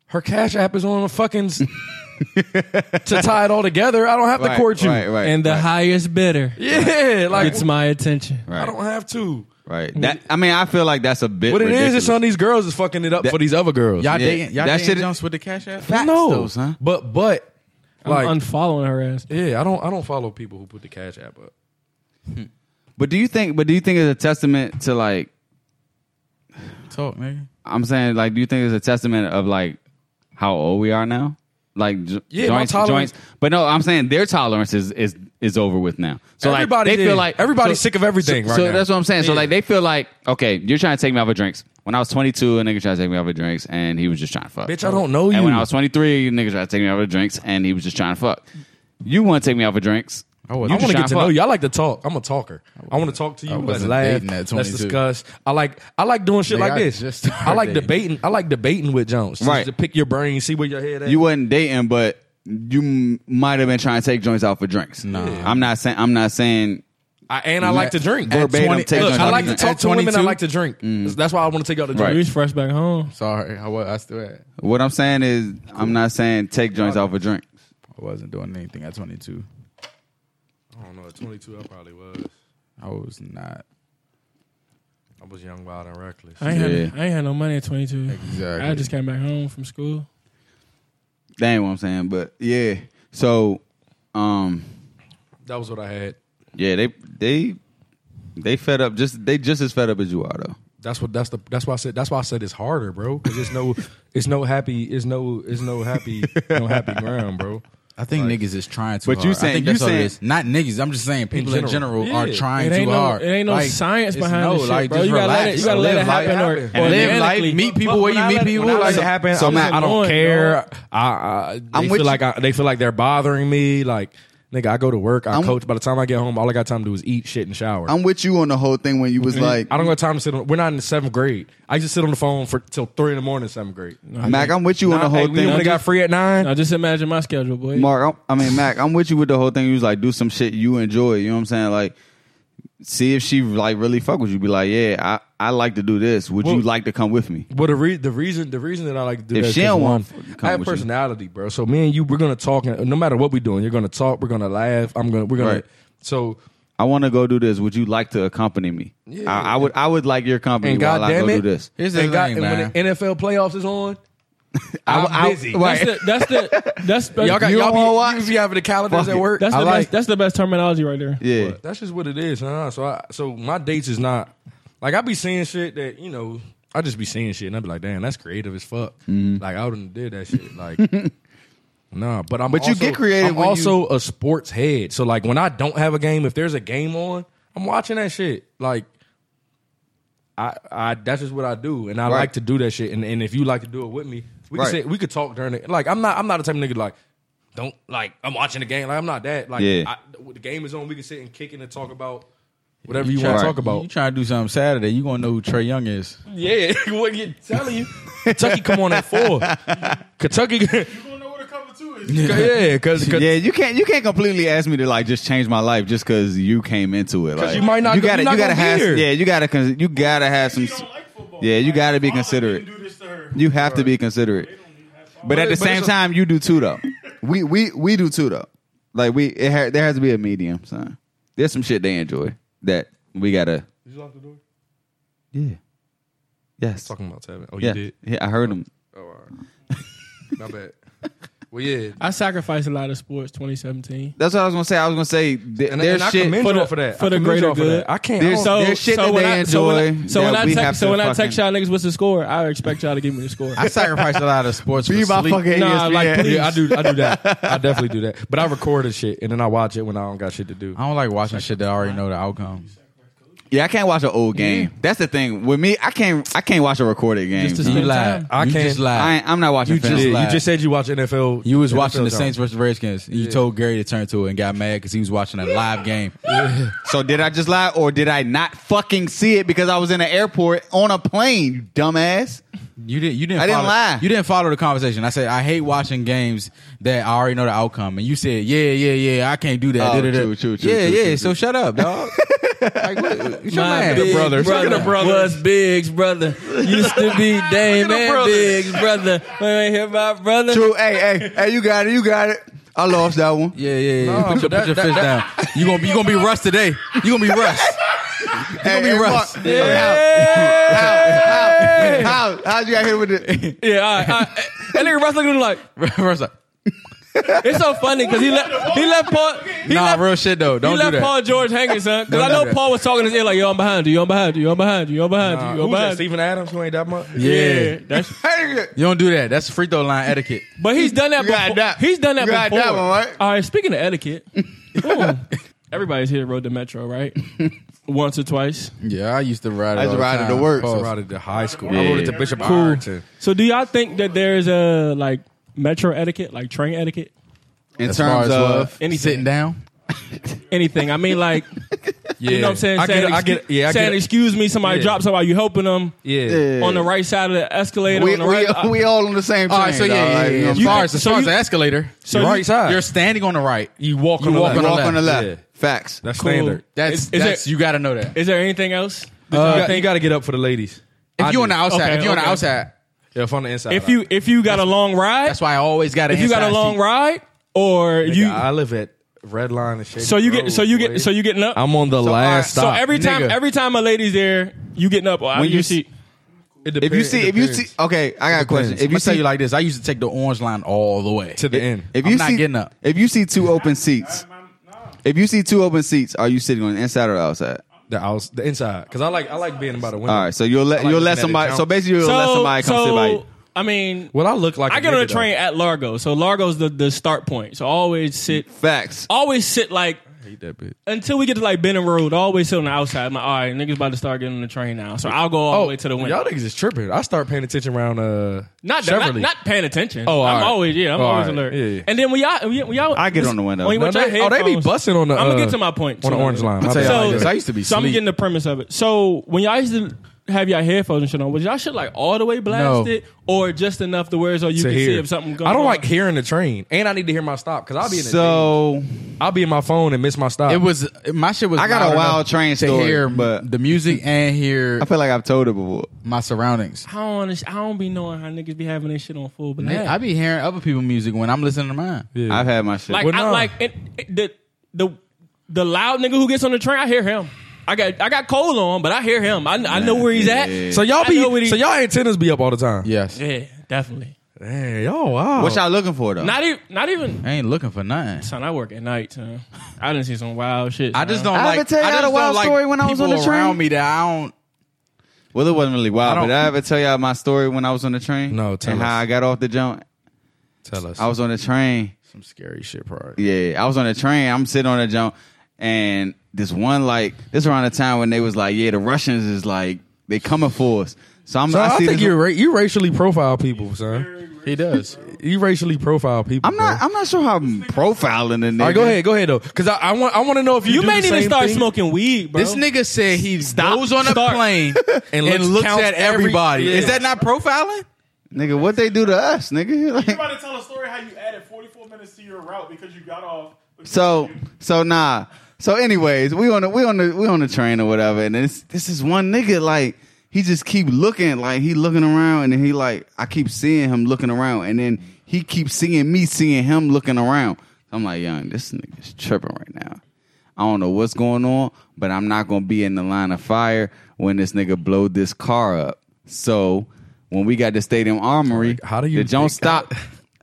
Her cash app is on the fucking. s- to tie it all together, I don't have to
Right,
court you.
Right, right.
And the
right,
highest bidder
Yeah, [laughs] like
gets my attention.
I
right,
don't have to.
right. That, I mean, I feel like that's a bit
What it is,
ridiculous.
it's on these girls is fucking it up for these other girls.
Y'all
Yeah,
dating? Y'all
that
dating
shit-
jumps with the cash app?
Facts,
no,
though, son.
but but like
I'm unfollowing her ass.
yeah, I don't I don't follow people who put the cash app up.
But do you think, but do you think it's a testament to, like,
Talk, nigga.
I'm saying, like, do you think it's a testament of like how old we are now? Like j-
Yeah, my
joints,
tolerance-
joints. But no, I'm saying their tolerance is is is over with now. So
Everybody
like they
is.
feel like
Everybody's sick of everything
so,
right
so
now.
that's what I'm saying. So
Yeah.
like they feel like okay, you're trying to take me out for drinks. When I was 22, a nigga tried to take me out for drinks, and he was just trying to fuck.
Bitch, I don't know you.
And when I was 23, a nigga tried to take me out for drinks, and he was just trying to fuck. You want to take me out for drinks?
I wasn't-
I want
You
to
just
get to
tryna
know
fuck.
you. I like to talk. I'm a talker. I want to talk to you. Let's
wasn't
laugh.
dating at
Let's
22.
discuss. I like I like doing shit
Nigga,
like
I
this.
just started
I like
dating.
debating. I like debating with Jones. Just
Right.
To pick your brain, see where your head at.
You wasn't dating, but you m- might have been trying to take joints out for drinks. No, I'm not saying. I'm not saying.
I, and I like to drink.
At
Look,
20 take
look, I
joints.
like to
At
talk to women. I
22.
like to drink. That's why I want to take out the drink.
Right.
We was fresh back home.
Sorry, I was. I still had.
What I'm saying is, I'm not saying take joints off a drink.
I wasn't doing anything at 22.
I don't know. At 22, I probably was.
I was not.
I I was young, wild, and reckless.
I ain't,
Yeah.
had, I ain't had no money at 22.
Exactly.
I just came back home from school.
That ain't what I'm saying, but yeah. So, um,
That was what I had.
yeah, they they they fed up. Just they just as fed up as you are though.
That's what. That's the. That's why I said. That's why I said it's harder, bro. Because it's no. It's no happy. It's no. It's no happy. no [laughs] happy ground, bro.
I think niggas is trying too
But
hard.
you
I
saying-
think
you
that's all
saying-
it is. Not niggas. I'm just saying people in
general.
general, are
Yeah.
trying
it ain't
too
no,
hard.
It ain't no
Like,
science
it's
behind
no,
this
like,
shit, bro.
just
You gotta let it.
relax.
You gotta let it
Live life.
happen. Or,
And
or
live life. Meet people where
When
you
I
meet
let-
people.
when I let
Like,
it happen.
so
I'm
Matt,
just
I don't
annoyed,
care.
dog. I, I, they
I'm with
feel
you.
like I, they feel like they're bothering me. Like nigga, I go to work. I
I'm-
coach. By the time I get home, all I got time to do is eat, shit, and shower.
I'm with you on the whole thing when you was like,
I don't got time to sit on. We're not in the seventh grade. I just sit on the phone for till three in the morning. Seventh grade.
Mac, I'm with you on the
hey,
whole
we
thing.
only got free at nine.
Now just imagine my schedule,
[laughs]
boy.
Mark, I'm, I mean Mac, I'm with you with the whole thing. You was like, do some shit you enjoy. You know what I'm saying? Like, see if she like really fuck with you. Be like, yeah, I I like to do this. Would you
Well-
like to come with me?
Well, the, re- the reason the reason that I like to do
If
that is
she
'cause,
don't
one,
want to come
I have
with you.
personality, bro. So me and you, we're gonna talk, and no matter what we're doing, you're gonna talk, we're gonna laugh, I'm gonna, we're gonna.
Right.
So
I want to go do this. Would you like to accompany me? I, I would. I would like your company
and
while
God
I go
damn it,
do this.
Here's the
and God-
thing,
and
man.
when the NFL playoffs is on, I'm
I-
busy.
right.
That's the that's the that's the-
y'all got
you
y'all
know what?
be, you be having the calendars
Fuck
at
it.
work.
That's
I
the
like
best. That's the best terminology right there.
Yeah.
But that's just what it is. Nah, so I so my dates is not like I be seeing shit that you know I just be seeing shit and I be like, damn, that's creative as fuck.
Mm-hmm.
Like I wouldn't did that shit. Like
[laughs]
nah, but I'm
But you
also-
get creative
I'm
when you-
also a sports head, so like when I don't have a game, if there's a game on, I'm watching that shit. Like. I, I that's just what I do, and I
Right.
like to do that shit. And, and if you like to do it with me, we
Right.
could say we could talk during it. Like I'm not I'm not the type of nigga like don't like I'm watching the game. Like I'm not that. Like
Yeah.
I, the game is on. We can sit and kick it and talk about whatever you,
try-
want to
Right.
talk about.
You trying to do something Saturday? You gonna know who Trey Young is?
Yeah,
[laughs]
what you telling you? Kentucky come on at [laughs] four. Kentucky, [laughs]
You don't know what a cover two is.
yeah, because
Yeah, you can't you can't completely ask me to like just change my life just because you came into it. Like
you might not
you
go-
gotta
you're not
you gotta
gonna be here.
have yeah you gotta cons- you gotta have some
She don't like football.
yeah you
Like,
gotta be
Father
considerate.
didn't do this to her.
You have to be considerate.
They don't do that.
But at the
it- but
same
it's a-
time, you do
[laughs]
too though. We we we do too though. Like we it ha- there has to be a medium. Son, there's some shit they enjoy that we gotta.
you lock the door?
Yeah. Yes.
Talking about seven. Oh, you
Yeah.
did.
yeah. I heard him.
Oh, all right. my bad. Well, yeah,
I sacrificed a lot of sports 2017.
That's what I was gonna say. I was gonna say th-
and,
there's
and I
shit.
commend
For
y'all
the-
for that.
for
I
the
commend
greater
y'all for that.
good.
I can't.
There's-
I don't-
So
there's shit
so
that
when
they
I, So when I,
enjoy
so when
that
I
we
text
have
so
to
when I text
fucking-
y'all niggas what's the score, I expect y'all to give me the score.
[laughs] I sacrificed a lot of sports for sleep.
E
Nah, like, please.
[laughs] yeah, I do. I do that. I definitely do that. But I record the shit and then I watch it when I don't got shit to do.
I don't like watching shit that I already know the outcome.
Yeah, I can't watch an old game. That's the thing with me. I can't. I can't watch a recorded game.
Just to
son.
spend
You
time.
lied.
I
you
can't-
just
I
lied.
ain't, I'm not watching.
You
film.
just
Yeah,
lied.
you just said you watch NFL.
you was watching
NFL
the
time.
Saints versus Redskins. and You told Gary to turn to it and got mad because he was watching a live game.
so did I just lie or did I not fucking see it because I was in an airport on a plane? You dumbass.
You didn't. You didn't.
I didn't
follow-
lie.
You didn't follow the conversation. I said I hate watching games that I already know the outcome, and you said, "Yeah, yeah, yeah, I can't do that."
Oh,
Da-da-da.
true, true, true,
yeah,
true,
yeah.
true,
so shut up, dog. like, what, it's your
My
man.
[laughs] big brother,
Look at the brother.
was Biggs' brother. Used to be Dame and Biggs' brother. Wait, wait, hear my brother?
True. Hey, hey, hey. You got it. You got it. I lost that one.
Yeah, yeah, yeah.
No,
put your,
but
put your
that-
fist down. You gonna be you gonna be Russ today. You gonna be Russ.
Hey,
gonna be
hey,
Russ.
Mark.
Yeah,
How? How you got hit with it?
[laughs] yeah. all right, all right. That nigga Russ looking at him like
[laughs] Russ uh, like,
it's so funny because he left he left Paul he
nah,
left
real shit though.
He
Don't do
left
that.
Paul George hanging, son. Because I
do
know
that.
Paul was talking his ear like, "Yo, I'm behind you. Yo, I'm behind you. Yo, I'm behind you. Yo, I'm
Uh,
behind you. Yo, I'm
who's that?
behind you."
Stephen Adams, who ain't that much.
yeah.
Yeah, that's.
you don't do that. That's free throw line etiquette.
But he's done that
You got
before.
that.
He's done that
You got
before.
that one, right?
All right. Speaking of
[laughs]
etiquette, ooh, everybody's here rode the metro, right? Once or twice.
Yeah, I used to ride. It
I used to
all the
ride it to
time.
work.
I
Pause.
wrote it to high school.
Yeah.
I wrote it to Bishop
Cool.
Ireton.
So, do y'all think that there is a like metro etiquette, like train etiquette,
In
As far
terms
as
of,
love,
Anything.
sitting down.
anything? I mean, like
[laughs] Yeah.
you know what I'm saying?
I
saying,
get, I get,
excu-
yeah, I
saying
get,
excuse me, somebody
Yeah.
drops somebody, you helping them
yeah.
on the right side of the escalator.
we,
on the right,
we, we all on the same train.
All right, so yeah,
dog.
yeah,
Like,
yeah,
you know
yeah.
what
As
I'm
far
saying?
as, as,
so
far as
you-
the escalator,
so
Right
you-
side.
you're standing on the right.
uh, you walk on
you
the
walk
left.
on
Walk on the left.
Yeah.
Facts.
That's
Cool.
standard. Uh,
That's
Is- is
that's
there-
you got to know that.
Is there anything else? that
you,
y'all
got,
think-
to get up for the ladies.
If you're on the outside,
Okay,
if you're on
okay.
the outside,
Yeah, if on the inside.
if you if you got a long ride,
that's why I always got.
if you got a long ride, or
I,
you
I live at Red Line and shit.
so you get so you get so you getting up.
I'm on the
all right,
last
so
so
stop.
every time
nigga.
every time a lady's there, You getting up or out
When
of
you
your
s-
seat?
If you see, if you see, okay, I got a question. If
If
you
you tell
see,
you like this, I used to take the orange line all the way
to the end.
if
I'm
you
not
see,
getting up.
if you see two open seats, if you see two open seats, are you sitting on the inside or the outside?
the outs, the inside, because I like I like being by the window.
All right, so you'll let
I like
you'll
looking at
let
it
somebody.
down.
So basically, you'll let somebody come sit by you.
I mean,
Well, I look like
I
a
get on
nigga,
a train at Largo, so Largo's the, the start point. So I always sit,
Facts.
always sit like
though. Hate that bitch.
until we get to like Benning Road. I always sit on the outside. I'm like, all right, niggas about to start getting on the train now, so I'll go all the way Oh, to the window.
Oh, Y'all niggas is tripping. I start paying attention around uh
Not, not
Chevrolet.
not paying attention.
Oh, all
I'm
right.
always yeah, I'm
Oh, all
always
right.
alert.
Yeah, yeah.
And then when y'all, when y'all
I get on the window.
When you
No,
with
they-
your
oh, they be
headphones-
bussing on the,
I'm gonna get
uh,
to my point
on the
sooner or
orange
later.
line. My
tell
bad.
y'all like this. I used to be
So I'm
sleep.
getting the premise of it. So when y'all used to have your headphones and shit on, was y'all shit like all the way blasted or just enough to where so you
to
can
hear.
see if something going
I don't
on?
like hearing the train, and I need to hear my stop because I'll be in the so
So
I'll be in my phone and miss my stop.
It was my shit was.
I got a
loud enough
wild train
to
story,
hear
but-
the music and hear
I feel like I've told it before.
my surroundings.
I don't, understand- I don't be knowing how niggas be having their shit on full blast.
I be hearing other people music when I'm listening to mine.
Yeah.
I've had my shit.
like
Well,
I
nah.
like it, it- the the the loud nigga who gets on the train. I hear him. I got I got cold on, but I hear him. I, I know where he's at.
so y'all
I know what
be
he-
so y'all antennas be up all the time.
Yes,
yeah, definitely.
Damn, y'all wow.
what y'all looking for though?
Not even not even.
I ain't looking for nothing.
Son, I work at night. Son. I didn't see some wild shit.
I
son.
just don't
I
like.
ever tell
I
y'all
just
the wild
don't like
story when I was on
people
the train?
around me that I don't.
well, it wasn't really wild,
I
but
don't-
did I ever tell y'all my story when I was on the train?
No, tell
and
us.
how I got off the jump.
tell us?
I was on the train.
Some scary shit, probably.
Yeah, I was on the train. I'm sitting on the jump, and this one like this around the time when they was like, yeah, the Russians is like they coming for us. So I'm.
so I,
I see
think
this-
you ra- you racially profile people, son.
He does.
You racially profile people.
I'm not.
bro.
I'm not sure how I'm profiling the nigga.
all right, go ahead, go ahead though, because I, I want I want to know if you,
You
do
may
the
even
same
start
thing.
smoking weed, bro.
This nigga said he goes on a
Start.
plane and looks,
looks- counts
at
every-
everybody.
Yeah.
Is that not profiling?
nigga. What they do to us, nigga? [laughs]
You
Like,
about to tell a story how you added 44 minutes to your route because you got off. because
so
you-
so nah. So anyways, we on the we on the we on the train or whatever, and this this is one nigga like he just keep looking like he looking around, and then he like I keep seeing him looking around, and then he keeps seeing me seeing him looking around. I'm like, young, this nigga's tripping right now. I don't know what's going on, but I'm not gonna be in the line of fire when this nigga blow this car up. So when we got to Stadium Armory,
Like, how do you
the jump
think-
stop?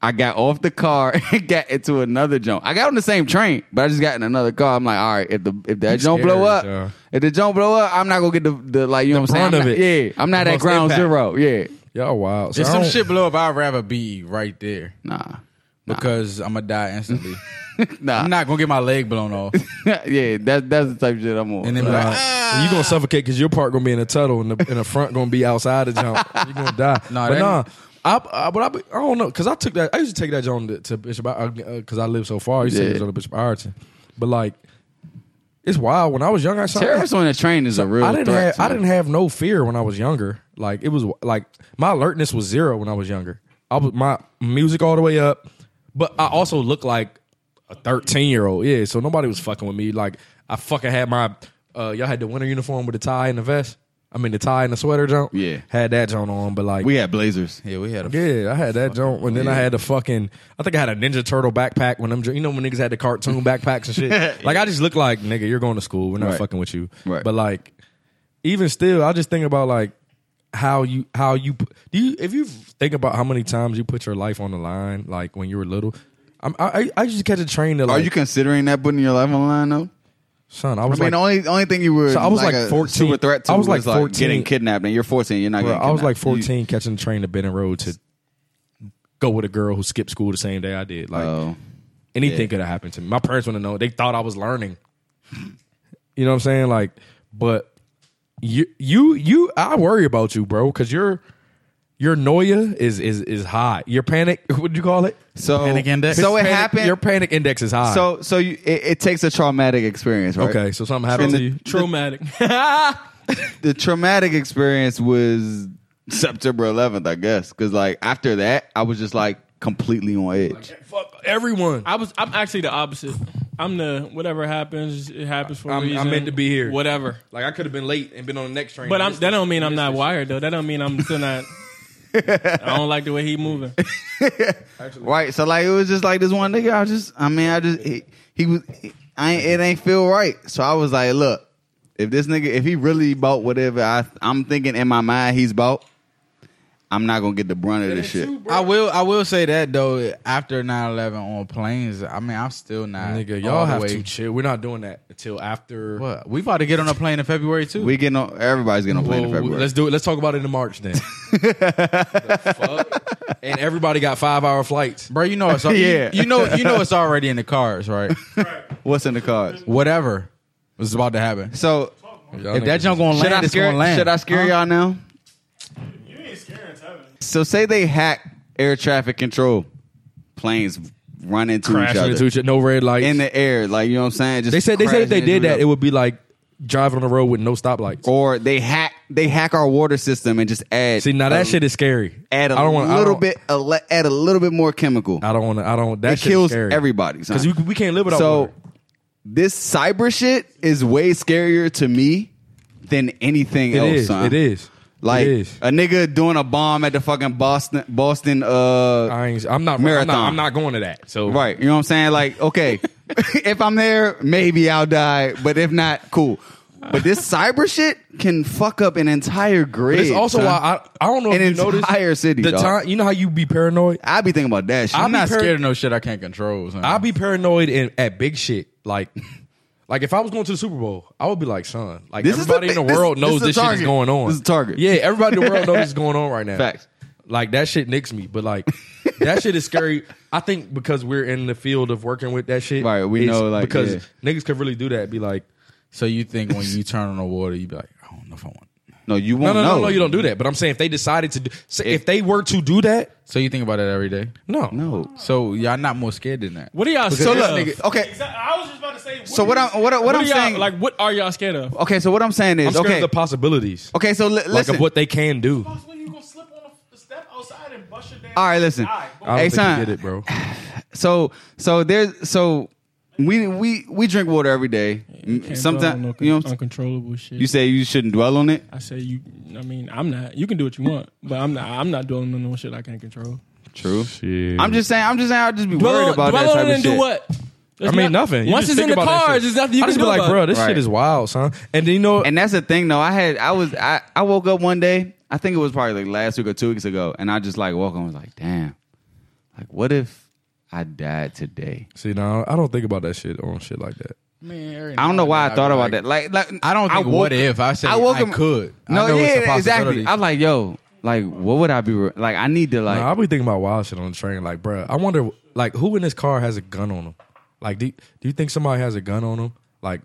I got off the car [laughs] and got into another jump. I got on the same train, but I just got in another car. I'm like, all right, if the if that
That's
jump
scary,
blow up,
yeah.
if the jump blow up, I'm not gonna get the, the like you know what I'm saying.
brunt
I'm
of
not-
it.
Yeah, I'm not
The
at
most
ground
impact.
zero. Yeah,
Y'all wild. So
If
I
some
don't-
shit blow up, I'd rather be right there
nah,
because I'm gonna die instantly.
nah,
I'm not gonna get my leg blown off.
[laughs] yeah, that that's the type of shit I'm on.
And then be
Like,
like,
Uh, you gonna suffocate because your part gonna be in a tunnel and the, and the front gonna be outside the
[laughs]
jump. You gonna die.
Nah,
but
that-
nah, I, I but I, be- I don't know because I took that. I used to take that jump to, to Bishop because I live so far. I used to
Yeah.
take that jump to Bishop Ireton. But like, it's wild. When I was young, I shot.
terrorists on the train is a real.
I didn't
threat
have
to
I
me.
didn't have no fear when I was younger. Like it was like my alertness was zero when I was younger. I was my music all the way up, but I also looked like a thirteen year old. Yeah, so nobody was fucking with me. Like I fucking had my uh, y'all had the winter uniform with the tie and the vest. I mean the tie and the sweater jump.
Yeah.
had that joint on, but like
We had blazers.
yeah, we had a
yeah, I had that joint, and then I had the fucking. I think I had a Ninja Turtle backpack when I'm. dr- You know when niggas had the
[laughs]
cartoon backpacks and shit. Like I just look like nigga. You're going to school. We're not
Right.
fucking with you.
Right.
But like, even still, I just think about like how you how you p- do you if you think about how many times you put your life on the line like when you were little. I'm, I I I just catch a train to
Are
like.
you considering that putting your life on the line though?
son, I was
I mean,
like,
the only only thing you were
So I was like
a
14.
super threat to
I was like 14.
getting kidnapped, and you're 14. You're not.
Bro,
getting
I was like
kidnapped. You-
14 catching the train to Benning Road to go with a girl who skipped school the same day I did. Like
Oh.
anything
Yeah.
could have happened to me. My parents wouldn't know. They thought I was learning. You know what I'm saying? Like, but you, you, you. I worry about you, bro, because your your noia is is is high. Your panic, [laughs] what do you call it?
So
Panic index?
So it
Panic-
happened.
Your panic index is high.
So so you, it, it takes a traumatic experience, right?
okay, so something happened to
And the-
you.
traumatic.
The traumatic experience was September 11th, I guess, because like after that, I was just like completely on edge.
Fuck [laughs] everyone.
I was. I'm actually the opposite. I'm the whatever happens, it happens for a
I'm- I'm
reason.
meant to be here.
Whatever.
Like I could have been late and been on the next train.
But I'm, that don't mean I'm not wired though. That don't mean I'm still not. I don't like the way he moving.
Right. So like it was just like this one nigga. I was just. I mean, I just he, he was. I ain't, it ain't feel right. So I was like, look, If this nigga, if he really bought whatever I, I'm thinking in my mind he's bought, I'm not gonna get the brunt of this shit.
I will. I will say that though. After 9-11 on planes, I mean, I'm still not.
Nigga,
all
y'all
the
have
way-
to chill. We're not doing that until after.
What? We about to get on a plane in February too.
We getting on. Everybody's getting on plane in
Well,
February.
let's do it. Let's talk about it in March
[laughs]
then. The fuck? And everybody got five hour flights.
bro. You know it's al-
Yeah.
You, you know you know it's already in the cars, right?
What's in the cards?
Whatever was about to happen.
So
If that junk gonna
should
land,
I
it's gonna
scare?
land.
Should I scare
Huh?
y'all now?
You ain't scaring Tevin.
So say they hack air traffic control, planes run into each
Crashing
other
into each other, no red lights.
in the air, like you know what I'm saying. Just
they said they said if they
crashing into
did that,
each
it would be like driving on the road with no stoplights.
other. or they hack they hack our water system and just add.
See, now that
a-
shit is scary.
Add a
I don't wanna- I
little
don't-
bit, a le- add a little bit more chemical.
I don't want to. I don't. That
It kills everybody. son.
because we, we can't live without.
so
water.
this cyber shit is way scarier to me than anything
it
else.
is.
son.
It is.
Like
it is.
a nigga doing a bomb at the fucking Boston Boston uh
I ain't, I'm not. I'm
Marathon.
not. I'm not going to that. So
right. You know what I'm saying? Like, okay, [laughs] if I'm there, maybe I'll die. But if not, cool. But this cyber shit can fuck up an entire grade.
But it's also
son.
why I, I don't know
An
if you noticed
entire city,
The
dog.
time you know how you be paranoid.
I be thinking about that shit.
I'm
be
not
par-
scared of no shit I can't control. son.
I'll be paranoid in, at big shit. Like, [laughs] like if I was going to the Super Bowl, I would be like, son, like
This is
everybody
the
in
thi-
the world
this-
knows
this
this,
is a
shit is
target.
going on.
This is a target.
Yeah, everybody in the world knows
[laughs]
what's going on right now.
Facts.
Like that shit nicks me, but
[laughs]
like that shit is scary. I think because we're in the field of working with that shit.
Right, we
it's
know, like,
because
yeah.
niggas could really do that. Be like,
so you think when you turn on the water, you be like, I don't know if I want.
Oh, no, you
no,
won't
no, no,
know.
no, you don't do that. But I'm saying if they decided to, do, say, if they were to do that,
So you think about that every day.
no,
No.
So y'all not more scared than that.
What are y'all
So
scared
look,
of?
nigga. Okay.
Exactly. I was just about to say. What
So what I'm what, I- what,
What
I'm
are y'all
saying? Oh,
like? What are y'all scared of?
okay. So what I'm saying
I'm
is
scared
okay.
of the possibilities,
okay. So li-
like
listen.
of what they can do.
Possibly you gonna slip on a step outside and bust your damn.
All right, listen.
eye, boy.
I don't
Hey,
think
son.
you get it,
[sighs]
bro.
So so there's so we we we drink water every day. Sometimes you know. what I'm saying?
uncontrollable shit.
You say you shouldn't dwell on it.
I say you. I mean, I'm not. You can do what you want, but I'm not. I'm not dwelling on no shit I can't control.
True. I'm just saying. I'm just saying. I'll just be
Dwell
worried
on,
about
dwell
that
on
type
it
of
and
shit.
do what? There's
I mean,
not-
nothing. You
Once
just
it's in the
think about that
cars,
shit.
there's nothing you
I
can
just
do
be like,
about
bro,
it.
this
Right.
shit is wild, son. And then you know,
And that's the thing, though. I had. I was. I. I woke up one day. I think it was probably like last week or two weeks ago, and I just like woke up and was like, damn. Like, what if I died today?
see, no, I don't think about that shit on shit like that.
I don't know why I thought about that. Like, like
I don't think
woke-
what if. I say I
up-
could. I
No,
know it's a
yeah, exactly.
possibility.
I'm like, yo, like, what would I be? re- Like, I need to like.
Nah, I'll be thinking about wild shit on the train. Like, bro, I wonder, like, who in this car has a gun on them? Like, do do you think somebody has a gun on them? Like,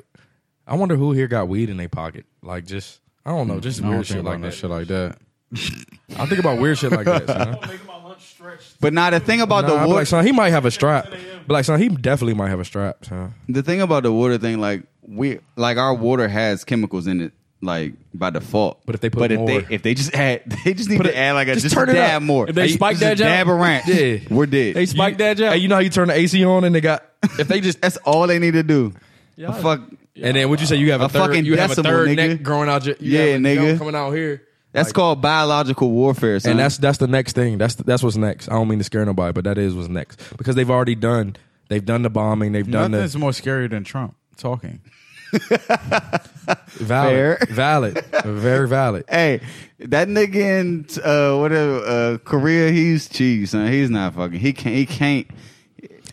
I wonder who here got weed in their pocket. Like, just I don't know, just
I don't
weird
think
shit
about
like
no
that.
shit like that.
I think about weird shit like that.
[laughs]
Son.
Making my lunch stretch.
but now the thing about
Nah, I
the
be
water,
like, son, he might have a strap. But like, son, he definitely might have a strap. Son.
the thing about the water thing, like we, like our water has chemicals in it, like by default.
But if they put
but
more-
if they if they just add, [laughs] they just need
Put
to
it-
add like a
just
just,
turn
a
it
dab
up.
more.
If they
Like,
spike
just
that
a
job-
dab around,
Yeah.
we're dead.
They spike that job.
Hey, you know how you turn the AC on and they got [laughs] if they just
That's all they need to do. A fuck.
And then would you say you have a,
A
third,
fucking
you have
decimal,
a third
nigga.
neck growing out? Your, you
Yeah,
have a
nigga.
gum coming out here.
That's
Like-
called biological warfare. Son.
And that's that's the next thing. That's that's what's next. I don't mean to scare nobody, but that is what's next because they've already done they've done the bombing, they've done
Nothing's more scary than Trump talking.
the [laughs] valid,
Fair.
valid, very valid.
Hey, that nigga in uh, whatever uh, Korea, he's cheese, son. He's not fucking. He can't. He can't.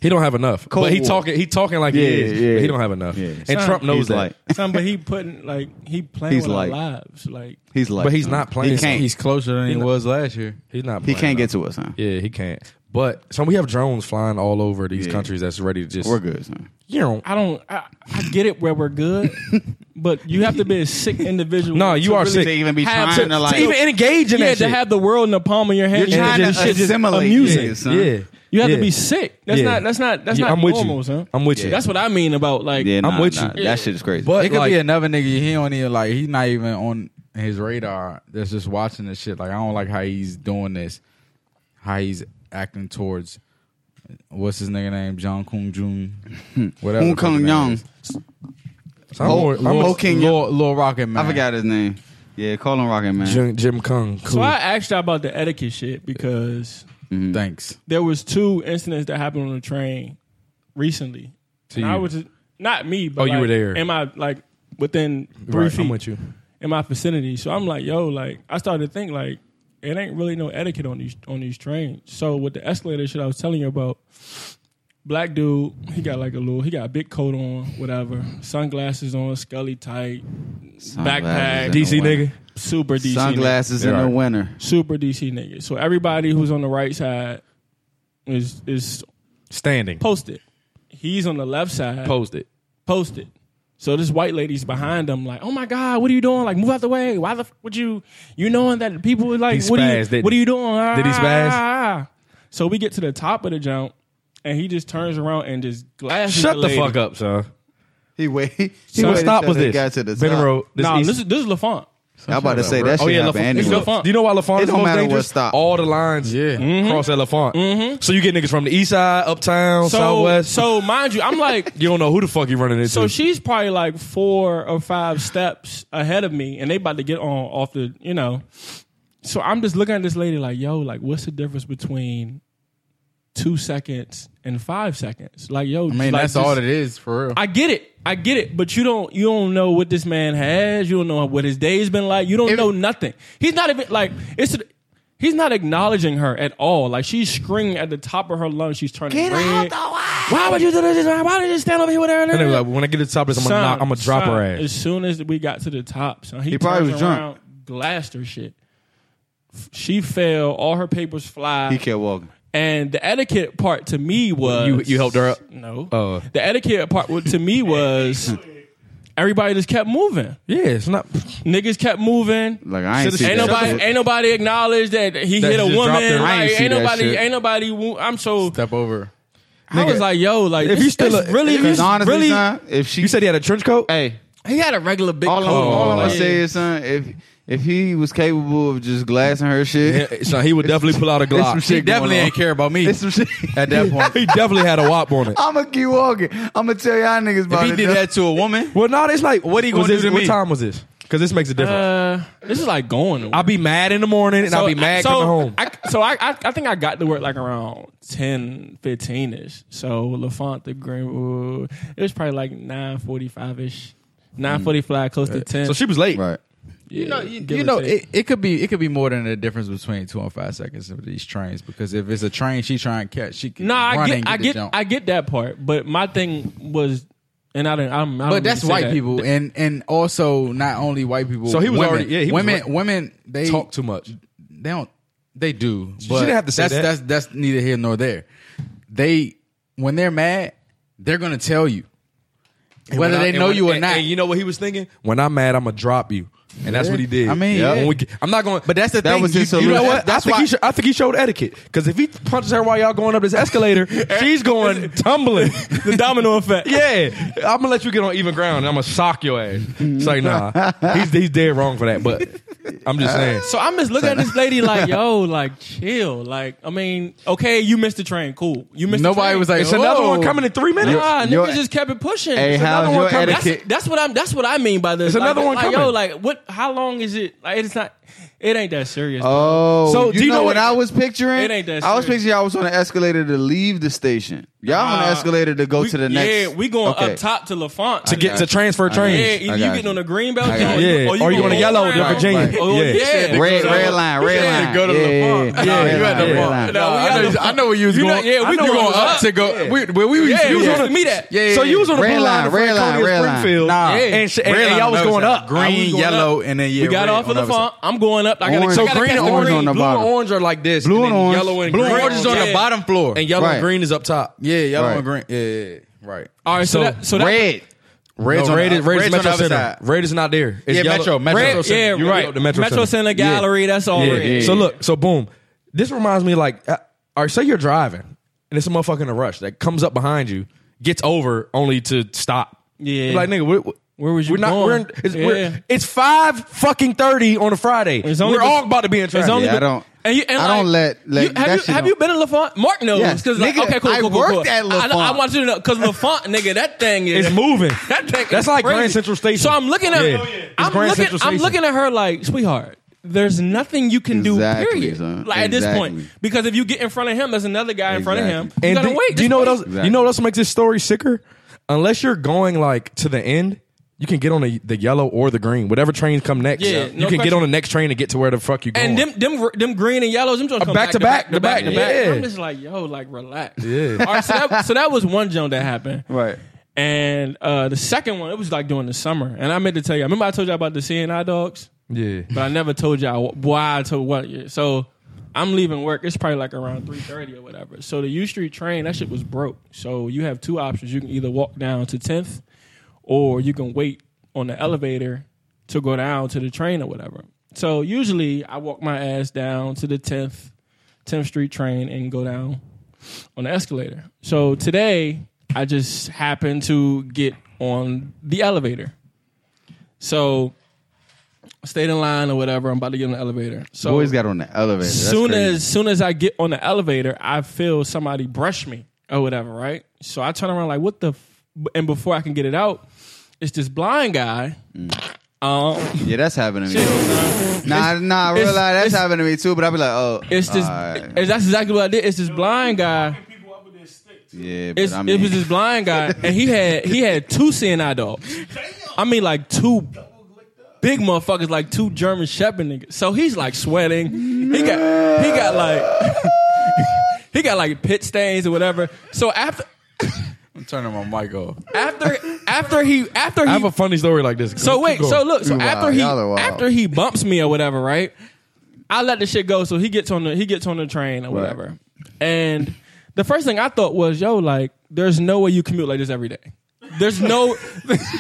He don't have enough,
Cold
but he
War.
talking he talking like
Yeah,
he is.
yeah.
but he don't have enough,
Yeah.
and Trump knows
he's
that.
like.
Son, but he putting like he playing
He's
with
like-
our lives. Like
He's like.
But he's
son.
not playing.
He can't.
He's closer than he
know-
was last year.
He's not.
he
playing
can't get
enough.
to us, son.
Yeah, he can't. But so we have drones flying all over these
Yeah.
countries that's ready to just
We're good, son.
You know,
I don't. I, I get it where
[laughs]
we're good, but you have to be a sick individual.
no, you
to
are
really-
sick.
To even be
Have
trying
to-
to, like,
to even engage in
Yeah,
that
to
shit.
have the world in the palm of your hand.
You're
and
trying
just
to
shit just
assimilate
amusing.
it, son.
yeah,
You have
Yeah.
to be sick. That's
Yeah.
not. That's not. That's
Yeah,
not
I'm with
normal,
you.
son.
I'm with you.
That's what I mean about like.
Yeah, nah,
I'm with
nah,
you.
That shit is crazy.
But
it could
like,
be another nigga. He don't even like. He's not even on his radar. That's just watching this shit. Like I don't like how he's doing this. How he's acting towards. What's his nigga name? John Kung Jun.
[laughs]
Whatever.
Hong Kong Young.
So I'm
Ho-
more- I'm
Ho
more-
King
Little, Little Rocket Man.
I forgot his name. Yeah, call him Rocket Man.
Jim, Jim Kung. Cool.
So I asked you all about the etiquette shit because
Mm-hmm.
Thanks.
there was two incidents that happened on the train recently. and I was not me, but
Oh, you
like,
were there.
Am I like? within three
Right,
feet
I'm with you.
in my vicinity. So I'm like, yo, like I started to think like it ain't really no etiquette on these on these trains. So with the escalator shit I was telling you about, black dude, he got like a little, he got a big coat on, whatever, sunglasses on, scully tight,
Sunglasses in
backpack,
the
DC
winter.
nigga.
super DC, nigga.
Sunglasses in the winter.
super DC nigga. So everybody who's on the right side is is
Standing.
posted. He's on the left side
Posed it.
posted. So this white lady's behind him, like, oh my god, what are you doing? Like, move out the way. Why the f- would you? You knowing that people would like,
He
what, are you,
spazzed, didn't
what are
he?
you doing?
Did he spazz?
Ah. So we get to the top of the jump, and he just turns around and just glasses.
Shut the
lady.
fuck up, son.
He wait. [laughs] He
What
waited
stop
till
was
they
this?
Got to the
Benham
top.
Road. This
nah,
east-
this is this is LaFont.
I'm about to say that
Oh
shit
yeah,
happened
Lafont.
It's
anyway.
LaFont.
Do you know why Lafont
It
is the
don't
most
matter what
dangerous?
stop.
All the lines
Yeah.
cross at Lafont. So you get niggas from the east side, uptown,
So
southwest.
so mind you, I'm
[laughs]
like,
you don't know who the fuck you running into.
so she's probably like four or five steps ahead of me, and they about to get on off the, you know. So I'm just looking at this lady like, yo, like, what's the difference between two seconds and five seconds? Like, yo,
I mean,
like,
that's
just-
all it is for real.
I get it. I get it, but you don't you don't know what this man has. You don't know what his day's been like. You don't know nothing. He's not even like it's. He's not acknowledging her at all. Like she's screaming at the top of her lungs. She's turning
Get
red.
out the way.
Why would you do this? Why would you stand over here with her?
and they were like, when I get to the top of this, I'm gonna, knock, I'm gonna drop her ass.
As soon as we got to the top, son, he,
He probably
turns
was drunk.
around, glassed her shit. F- She fell. All her papers fly.
He kept walking.
And the etiquette part to me was
You- you helped her up?
No.
Oh.
The etiquette part wa- to me was everybody just kept moving.
Yeah, it's not.
Niggas kept moving.
Like I ain't
Should've
see
ain't
that
nobody
shit.
ain't nobody acknowledged that he
That
hit a
he just dropped
woman.
her.
I ain't
Like,
see
ain't
that
nobody
shit.
ain't nobody wo- I'm so
Step over.
I was like, yo, like
If
it's-
you still
it's
a-
really
if you-
Because honestly,
really-
son, if she
You said he had a trench coat.
hey,
he had a regular big
all I'm,
coat.
all I'm
Like,
gonna say is, son, if if he was capable of just glassing her shit,
Yeah, so uh, he would definitely pull out a
some
Glock.
shit
She definitely
going on.
ain't care about me
it's some shit.
at that
[laughs]
point.
He definitely had a wop on it.
I'ma keep walking. I'ma tell y'all niggas
if
about
he
it.
did that to a woman,
Well, no, it's like what
he
was
gonna do
this-
to
What
me?
time was this? Because this makes a difference.
uh, this is like going. to work.
I'll be mad in the morning and I'll be mad
so
coming home.
I, so I, I I think I got to work like around 10, 15 ish. So Lafont the Greenwood, it was probably like nine forty five ish, nine forty five, close to ten.
so she was late.
right.
you know, you,
give
you
or
know,
take.
it, it could be it could be more than the difference between two and five seconds of these trains. Because if it's a train, she trying to catch. She can
no, I
run
get,
and
I
the
get,
jump.
I get that part. But my thing was, and I didn't, I'm, I don't
but that's
really say
white
that.
people, and and also not only white people.
So he was
women.
already- yeah, he was
women,
right.
women, they
Talk too much.
They don't. They do. But
didn't have to say
that's,
that.
That's that's neither here nor there. They when they're mad, they're gonna tell you whether
When I-
they
and
know
when-
you or
and-
not. [laughs]
And you know what he was thinking? When I'm mad, I'm gonna drop you, and that's what he did.
I mean,
Yeah.
When we get- I'm not going.
but that's the
That
thing.
was
you,
his
you know
solution.
what?
I
That's
think,
why.
he sho- I think he showed etiquette because if he punches her while y'all going up this
[laughs]
escalator, she's going tumbling.
the [laughs] domino
[laughs]
effect.
yeah, I'm gonna let you get on even ground and I'm gonna sock your ass. It's like nah, he's he's dead wrong for that. But I'm just saying.
So I'm just looking at this lady like, yo, like chill. Like, I mean, okay, you missed the train, cool. You missed.
Nobody
the train.
was like,
It's another
Whoa.
one coming in three minutes.
Nah,
Your-
ah, niggas just kept it pushing.
Hey,
It's
how's
another
your
one coming. That's,
etiquette?
that's what I'm. That's what I mean by this.
It's another
Like-
one
like, Yo,
coming.
like what? How long is it? Like it's not. It ain't that serious.
Oh,
So,
so you
do you
know,
know
what
what-
I was picturing?
It ain't that
I was
serious.
picturing I was on an escalator to leave the station. Y'all on
Uh,
an escalator to go
we-
to the next.
Yeah, we going
Okay.
up top to Lafont
to get to transfer
Yeah,
trains.
either
I
you
got
getting
you.
on the Greenbelt
I got
Zone,
you.
Yeah, or you
going
on the yellow, the Virginia.
Oh,
Yeah.
yeah,
Red, red line, red
Yeah,
line.
go to
yeah,
Lafont.
yeah,
No,
yeah,
you
yeah,
had the
red
wrong-
line.
No, we
I,
had
know,
the-
I know where you was
You know-
going.
yeah, we
I know
going
going up
up.
to go. We, where we was,
Yeah,
you was
yeah.
on the-
Me that.
Yeah, yeah,
So you
yeah.
was on the
Red
blue
line,
line, of
red
Franconia
line,
and
red line.
Springfield,
Nah.
and, sh- and,
Red
and
line
y'all
on
was
the
going
other side.
up.
Green,
going
yellow, and then yeah.
We got
red
off
on
of
the
the
other side.
font. I'm going up. I gotta,
Orange.
I
So
gotta
green
catch
and
the
orange
orange,
on
green.
the
blue and
bottom.
orange are like this.
Blue
and
and
then
orange.
yellow and
Blue and
green.
orange is on the
Yeah.
bottom floor.
and yellow
Right.
and green is up top.
yeah, yellow
Right.
and green. Yeah, yeah, yeah. right.
All right, so
So
that, so that,
Red.
Red's
No,
on
red
the,
is-
red's
red's
Metro
on the other
Center.
side.
Red is not there. It's
Yeah,
yellow.
Metro, Metro.
Red-
Metro Center.
yeah,
You're right. The Metro Center.
Metro Center
Yeah.
Gallery. That's all.
Yeah.
red.
So look, so boom. This reminds me like, uh, all right, say you're driving and it's a motherfucker in a rush that comes up behind you, gets over only to stop.
Yeah.
You're like nigga, what- what-
Where was you
We're not.
going?
We're in, it's,
Yeah.
we're, it's five fucking thirty on a Friday.
It's only
we're
be-
all about to be in traffic.
It's only
Yeah,
been,
I don't-
And you, and
I
like,
don't let- let-
you, have
that
you,
shit
have
don't-
you been in LaFont? Mark knows
Yes,
because like,
nigga,
okay, cool,
I
cool, cool,
worked
cool.
at
I, know- I
LaFont.
want you to know because LaFont, nigga, that thing is
It's [laughs] moving.
That thing
That's
is
like
crazy.
Grand Central Station.
So I'm looking at,
Yeah.
I'm,
It's Grand
looking,
Central
I'm
Station.
looking at her like, sweetheart. There's nothing you can
Exactly,
do, period.
son.
Like at this point,
Exactly.
because if you get in front of him, there's another guy in front of him.
Exactly.
You
And
gotta
do,
wait.
do you
just
know what
wait.
else? You know what else makes this story sicker? Unless you're going like to the end, You can get on the, the yellow or the green, whatever trains come next.
Yeah,
you
no
can get
question.
on the next train to get to where the fuck you going.
And them, them, them green and yellows, them joints come
back to back,
to back,
to
to
back,
back.
yeah.
I'm just like, yo, like relax.
Yeah.
All right, so that, so that was one jump that happened.
Right.
And uh, the second one, it was like during the summer. And I meant to tell you, I remember I told you about the CNI dogs,
yeah,
but I never told you all why I told what. yeah. So I'm leaving work. It's probably like around 3.30 or whatever. So the U Street train, that shit was broke. So you have two options. You can either walk down to 10th or you can wait on the elevator to go down to the train or whatever. So usually I walk my ass down to the 10th, 10th Street train and go down on the escalator. So today, I just happened to get on the elevator. So I stayed in line or whatever. I'm about to get on the elevator. So
Boys got on the elevator. That's
soon
crazy.
as soon as I get on the elevator, I feel somebody brush me or whatever, right? So I turn around like, what the? F-? And before I can get it out, it's this blind guy.
Mm.
Um,
yeah, that's happening to me. Nah, nah, I
it's-
realize that's
it's-
happening to me too. But I be like, oh,
it's this.
alright.
it's- that's exactly what I did. It's this blind guy.
Fucking people up with their stick, too.
yeah, but
It's,
I
it
mean,
was this blind guy, and he had he had two CNI dogs. I mean, like two big motherfuckers, like two German Shepherd niggas. So he's like sweating. He got he got like [laughs] he got like pit stains or whatever. So after
I'm turning my mic off.
after after he after he
I have a funny story like this.
so wait, so look, so
Wow,
after he
y'all are wild.
after he bumps me or whatever, right? I let the shit go. So he gets on the he gets on the train or whatever. And the first thing I thought was, yo, like, there's no way you commute like this every day. There's no [laughs]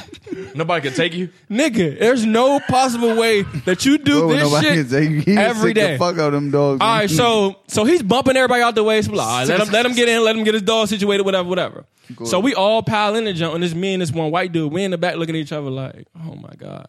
nobody can take you.
nigga, there's no possible way that you do
Bro, when
this
nobody
shit
can take- he can
every
sick the
day.
fuck out of them dogs.
All right, mm-hmm. so so he's bumping everybody out the way. So we're like, all right, let him let him get in, let him get his dog situated, whatever, whatever. So we all pile in the jump, and it's me and this one white dude. We in the back looking at each other like, oh my [laughs] god.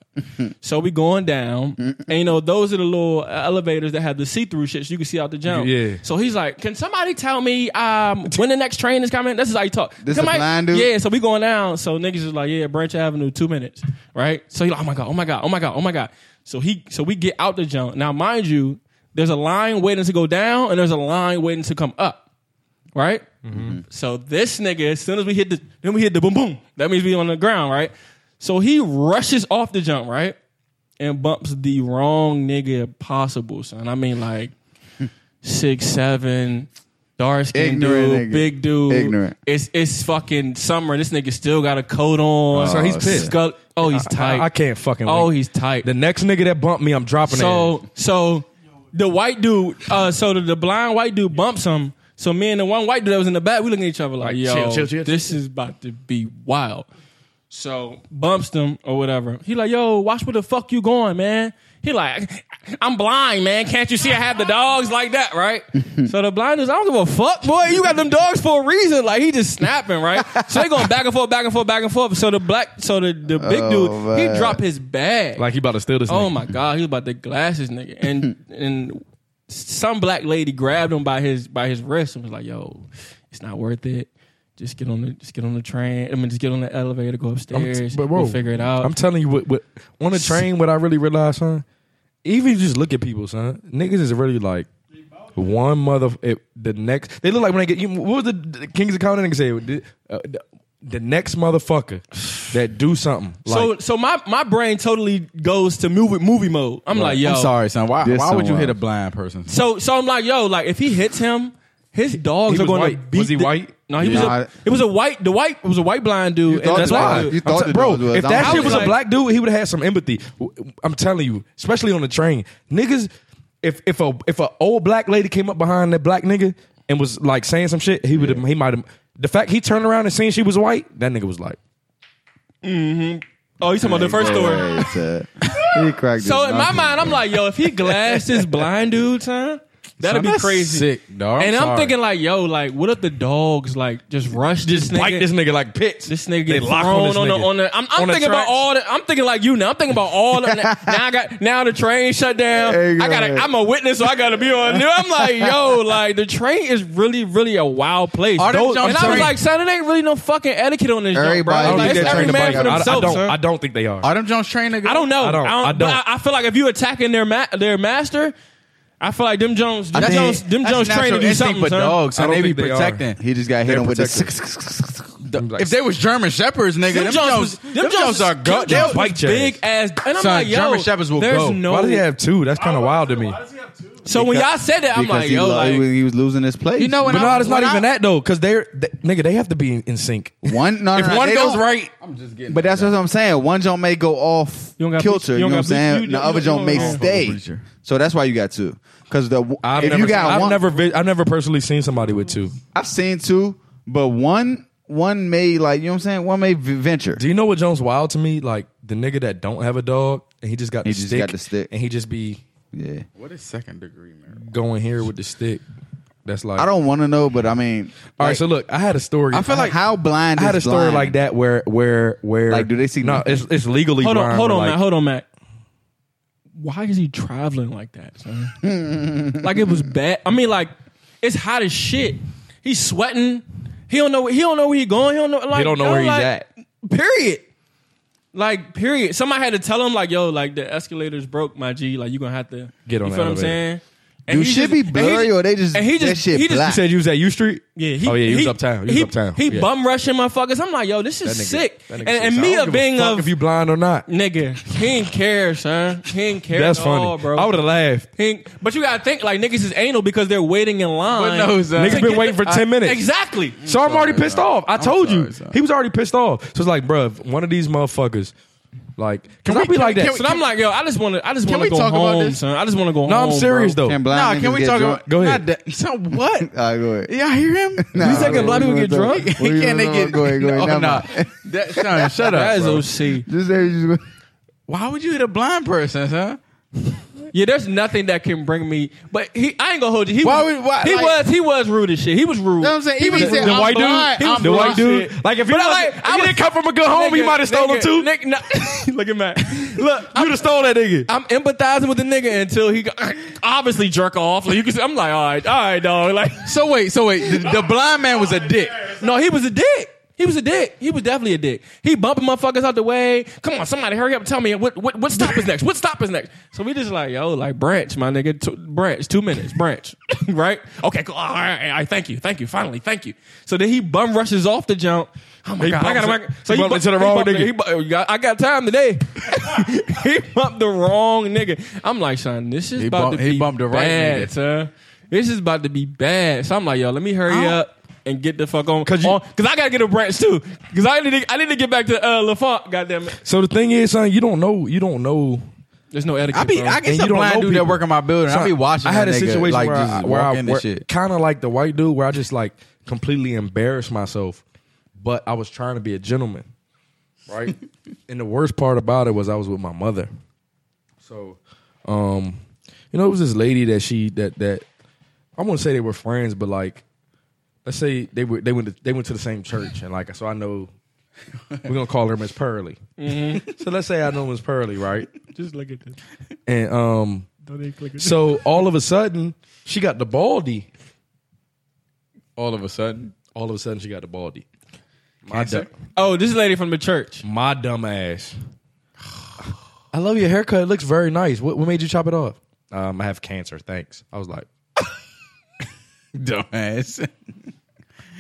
so we going down, and you know those are the little elevators that have the see through shit, so you can see out the jump.
Yeah.
So he's like, can somebody tell me um, when the next train is coming? This is how you talk.
This a
somebody,
blind dude?
Yeah. So we going down. So niggas is like, yeah, Branch Avenue, two minutes, right? So he like, oh my god, oh my god, oh my god, oh my god. So he, so we get out the jump. Now, mind you, there's a line waiting to go down, and there's a line waiting to come up, right? So this nigga, as soon as we hit the, then we hit the boom boom. That means we on the ground, right? So he rushes off the jump, right, and bumps the wrong nigga possible, son. I mean,
[laughs]
like six seven, dark skin
Ignorant
dude,
nigga.
big dude.
Ignorant.
It's it's fucking summer. This nigga still got a coat on.
So he's pissed.
Skull- oh, he's tight.
I, I can't fucking.
Oh,
wait.
he's tight.
the next nigga that bumped me, I'm dropping. it.
So so the white dude, uh, so the, the blind white dude bumps him. So me and the one white dude that was in the back, we looking at each other like, yo,
chill, chill, chill.
this is about to be wild. So bumps him or whatever. He like, yo, watch where the fuck you going, man. He like, I'm blind, man. Can't you see I have the dogs like
[laughs]
that, right? so the blind is, I don't give a fuck, boy. You got them dogs for a reason. Like he just snapping, right? so they going back and forth, back and forth, back and forth. So the black, so the, the big
Oh,
dude,
man.
he dropped his bag.
like he about to steal this.
Oh
nigga.
my god, he was about to glass this nigga, and and some black lady grabbed him by his by his wrist and was like, "Yo, it's not worth it. Just get on the just get on the train. I mean, just get on the elevator, go upstairs,
but
we'll
whoa,
figure it out."
I'm telling you, what, what on the train, what I really realized, son. Even if you just look at people, son. Niggas is really like one mother. It, the next, they look like when they get. You, what was the, the Kings of Comedy nigga say? The, uh, the, the next motherfucker that do something. Like,
so so my my brain totally goes to movie movie mode. I'm like, "Yo,
I'm sorry, son. Why,
This
why would you
someone
hit a
else.
blind person?
So so I'm like, "Yo, like if he hits him." His dogs
He was
are going to
white.
beat.
Was he
the-
white?
No, he was.
Nah, I-
a, it was a white. The white it was a white blind dude. and
thought
a
the
black
dog-
dude.
you thought
I'm
the
t- bro,
dogs was-
if
I'm
that
telling
shit was
you,
a
like-
black dude, he would have had some empathy. W- I'm telling you, especially on the train, niggas. If if a if a old black lady came up behind that black nigga and was like saying some shit, he would have he might have. The fact he turned around and seen she was white, that nigga was like,
Oh, you talking about the first story?
story. he cracked.
So
his
in my
knuckles.
mind, I'm like, yo, if he glassed this blind dude, son, that'd be
That's
crazy.
Sick, dog.
and I'm
sorry.
thinking like, yo, like, what if the dogs like just rush this nigga?
bite this nigga like pits.
This nigga
They
get
lock
thrown
on this
on,
nigga.
the on the. I'm, I'm
On the
thinking
tracks.
about all the. I'm thinking like you now. I'm thinking about all the. now I got now the train shut down.
Hey,
I got.
man.
I'm a witness, so I got to be on. there. I'm like, yo, like the train is really, really a wild place.
Are them
Those-
jump
and I was
train-
like, son, it ain't really no fucking etiquette on this. Jump, bro.
Everybody- I
I
Like,
don't
Like,
think
it's
they're
every
trained to
man
bite.
for
I, I
themselves.
don't.
son.
I don't think they are.
Are them Jones train niggas?
I don't know.
I
I
don't-
don't.
I
but
don't.
I, I feel like if you attacking their ma- their master, I feel like them Jones, them
think-
Jones, them
That's
Jones trained
natural
to do
instinct
something.
for
son.
dogs,
I
and
don't
they be
think they are.
protecting.
he just got hit
They're
him with the.
protected. I'm like,
if they was German shepherds, nigga, them, Jones, them, Jones are go.
Jones
they-
bite your
big
ass.
ass. And I'm
Son,
like, yo,
German Shepherds will
there's
go.
no.
why does he have two? That's kind of wild to me.
Why does he have two?
so when y'all said that, I'm
because
like,
he,
yo,
lo-
like,
he was- he was losing his place.
You know when
But
I-
no, it's not
when I-
even that though, because they're th- nigga. They have to be in, in sync.
one no,
if
no, no,
one
they
goes
don't-
right,
I'm just getting.
but that's what I'm saying. One joint may go off
You don't got
kilter.
bleach-
you
you don't
know what I'm
got bleach-
saying?
you-
the
you-
other
you
joint
don't
may
know.
stay.
Bleacher.
So that's why you got two. Because the
I've
if
never,
you got
I've
one,
never, vi- I've never personally seen somebody with two.
I've seen two, but one one may like you know what I'm saying. One may v- venture.
Do you know what Jones wild to me? Like the nigga that don't have a dog and he just got
He
the
just
stick,
got the stick.
and he just be
Yeah,
What is second degree marijuana?
going here with the stick. That's like
I don't want to know, but I mean,
All right, so look, I had a story.
I feel like-
how blind
I had a
is
story
blind?
like that where where where
Like, do they see
No,
nothing?
it's it's legally
Hold on,
blind,
hold
but,
on,
like,
Mac. Hold on, Mac. Why is he traveling like that, son? like it was bad. I mean, like it's hot as shit. He's sweating. He don't know. He don't know where he's going. He don't know. Like,
He don't know
yo,
where he's
like,
at.
Period. Like period. Somebody had to tell him like, yo, like the escalators broke, my G. Like you gonna have to
Get on the
You feel what I'm
elevator.
saying? And
You
he
should
just-
be
and he
blurry,
just-
or they just
and he just-
that shit
he just-
black.
You said you was at U Street.
Yeah, he,
oh yeah, you was
he-
uptown. You was
he,
uptown.
He
yeah.
bum rushing motherfuckers. I'm like, yo, this is
That nigga-
sick.
that nigga
and and
sick. I don't
Mia
give a
being
fuck
of
if you blind or not.
Nigga, he ain't care, son. He ain't care.
That's
at
funny.
all, bro.
I would have laughed.
He ain't- but you gotta think like niggas is anal because they're waiting in line.
But no, son.
Niggas
to
been
get
waiting for
[laughs]
10 minutes.
Exactly.
So I'm already pissed
son.
off. I
I'm
told you
sorry, son.
he was already pissed off. So it's like, bruh, if one of these motherfuckers, like, can I be like that?
So I'm like, yo, I just want to, I just want
we
to go
talk about
home,
this?
son. I just want to go
no,
home.
I'm serious
bro.
though.
Can
Nah,
blind
can
niggas
we
get
talk
drunk?
about?
Go ahead.
Not that, so what?
[laughs] All right, go ahead.
Y'all hear him?
[laughs] Nah,
you
what
second black
we gonna
people get
do? [laughs]
drunk?
What we
Can they
gonna do?
get?
Go ahead, go ahead.
No,
Never
nah.
mind.
[laughs] That,
[laughs]
son, shut up.
That is
bro.
OC.
Just say you just-
Why would you hit a blind person, huh?
Yeah, there's nothing that can bring me. But he, I ain't gonna hold you. He
Why
was,
would- why-
he
like-
was, he was rude as shit. He was rude.
You know what I'm saying?
He
Even
was
said,
rude.
I'm
white
blind,
dude,
I'm
the white
blind.
dude. Like if he
But I
wasn't-
like-
if
I
he
was-
didn't come from a good home, he
Nigga,
might have stolen
nigga,
two.
Nigga, no- [laughs] Look at Matt. Look,
You'd have stole that nigga.
I'm empathizing with the nigga until he go- [clears throat] obviously jerk off. Like you can, see, I'm like, all right, all right, dog. Like,
So wait, so wait. The, the blind man was a dick.
no, he was a dick. He was a dick. He was definitely a dick. He bumping motherfuckers out the way. Come on, somebody hurry up and tell me what what, what stop is next. What stop is next? So we just like, yo, like branch, my nigga, two, branch, two minutes, branch, [laughs] right? Okay, cool. All right, all right, thank you, thank you, finally, thank you. So then he bum rushes off the jump. Oh my
He
god, I
bumps
gotta
it-
make. So
he bumped into the wrong
bumped-
nigga.
he bu- he got- I got time today. [laughs] he bumped the wrong nigga. I'm like, son, this is
He
about
bump-
to
he
be
bumped the right
bad,
nigga.
son. This is about to be bad. So I'm like, yo, let me hurry
Oh.
up and get the fuck on. Cause,
you-
on, cause I gotta get a branch too. Cause I need to, I need to get back to uh, LaFont. Goddamn it.
So the thing is, son, you don't know. You don't know.
There's no etiquette.
I be,
bro.
I
And
guess a
you don't know
blind dude that
people.
work in my building. I be watching.
I had a
that nigga,
situation
like
where,
just
I, where
walk in
I
and shit.
kind of like the white dude, where I just like completely embarrassed myself, but I was trying to be a gentleman, [laughs] right? and the worst part about it was I was with my mother, so um, you know, it was this lady that she that that I wouldn't say they were friends, but like let's say they were they went to, they went to the same church, and like so I know we're gonna call her Miss Pearly. So let's say I know Miss Pearly, right?
Mm-hmm. just look at this.
And um.
Don't even click it.
So all of a sudden, she got the baldy.
All of a sudden,
All of a sudden, she got the baldy.
[laughs]
My, du-
oh, this lady from the church.
my dumb ass. I love your haircut. It looks very nice. What, what made you chop it off? Um, I have cancer. Thanks. I was like,
dumbass.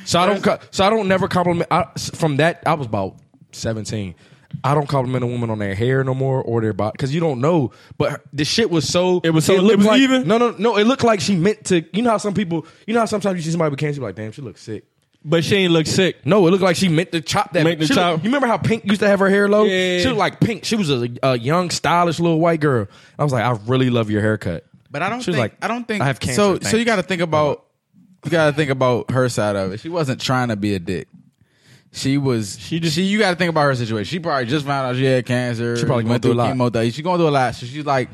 so I don't. co- So I don't never compliment. I, s- from that, I was about seventeen. I don't compliment a woman on their hair no more or their body because you don't know. But her- the shit was so. It
was so-
looked
it was
like-
even?
No, no, no. It looked like she meant to. You know how some people. You know how sometimes you see somebody with cancer, you're like, damn, she looks sick.
But she ain't look sick.
No, it looked like she meant to chop that.
Meant to
she looked-
chop.
you remember how Pink used to have her hair low?
Yeah.
She looked like Pink. She was a, a young, stylish little white girl. I was like, I really love your haircut.
But I don't
She was
think
like,
I don't think
I have cancer,
So
thanks.
so you got to think about you got to think about her side of it. She wasn't trying to be a dick. She was she just she you got to think about her situation. She probably just found out she had cancer. She
probably going
went
through a lot.
chemo therapy. She going through a lot. So she's like,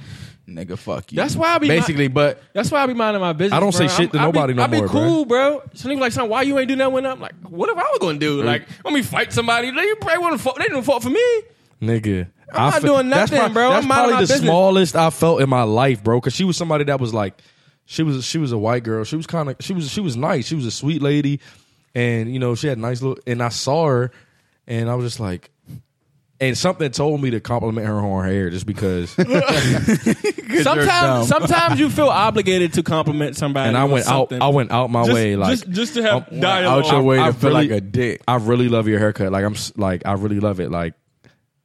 nigga, fuck you.
That's why I be
basically. but
That's why I be minding my business.
I don't say
bro.
shit to
I'm- I be-
nobody no
I be
more, bro.
cool, bro. So niggas like, son, why you ain't do that when I'm like, what if I was gonna
Mm.
do? Like, let me fight somebody. They probably wouldn't fought. They didn't fought for me.
Nigga.
I'm not
fe-
doing
that's
nothing,
prob-
bro.
That's
I'm minding
probably
my
the
business.
smallest I felt in my life, bro. Because she was somebody that was like, she was she was a white girl. She was kind of she was she was nice. She was a sweet lady, and you know she had nice little. And I saw her, and I was just like, and something told me to compliment her on her hair just
[laughs]
because. and
dumb.
Sometimes,
[laughs]
sometimes you feel obligated to compliment somebody.
I
on
went out.
something.
I went out my
Just,
way like
just, just to have
I'm
dialogue.
out your way to
I
feel
feel
like
like a dick.
I really love your haircut. Like I'm s- like I really love it. Like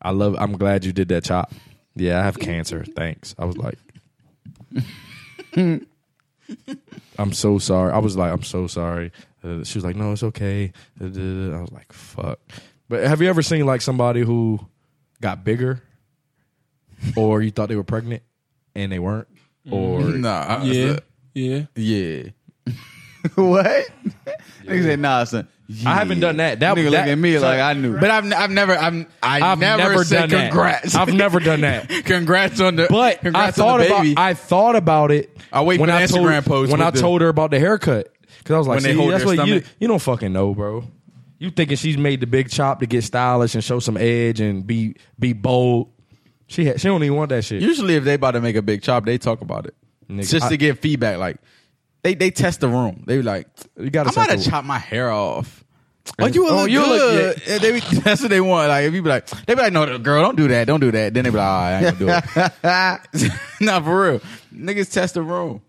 I love. I'm glad you did that chop. Yeah, I have cancer. Thanks. I was like, [laughs] I'm so sorry. I was like, I'm so sorry. Uh, she was like, No, it's okay. Uh, Da, da, da. I was like, Fuck. But have you ever seen like somebody who got bigger, or you thought they were pregnant and they weren't,
[laughs]
or
Nah. I-
Yeah, yeah.
Yeah.
what? [laughs] Nigga said, nah, son.
I haven't done that. That-
nigga look
that-
at me like I knew.
But I've, I've never I've, I
I've never,
said
done
congrats.
that. I've never done that.
[laughs] congrats on the
But I
[laughs] congrats
thought
on the
about
baby.
I thought about it.
I wait for the Instagram
told,
post
when
with
I
the-
told her about the haircut because I was like,
When they
"See,
hold
that's
their
what you
stomach."
you don't fucking know, bro. You thinking she's made the big chop to get stylish and show some edge and be be bold? She had, she don't even want that shit.
Usually, if they about to make a big chop, they talk about it
Nigga,
just
I-
to get feedback. Like they they test the room. They be like,
You gotta
I'm about
test
to
the-
chop my hair off.
And-
Like you
Oh,
look
you look
good. And they be, [laughs] that's what they want. Like if you be like, they be like, no, girl, don't do that, don't do that. Then they be like, all right, I ain't gonna
[laughs]
do it. nah, for real, niggas test the room.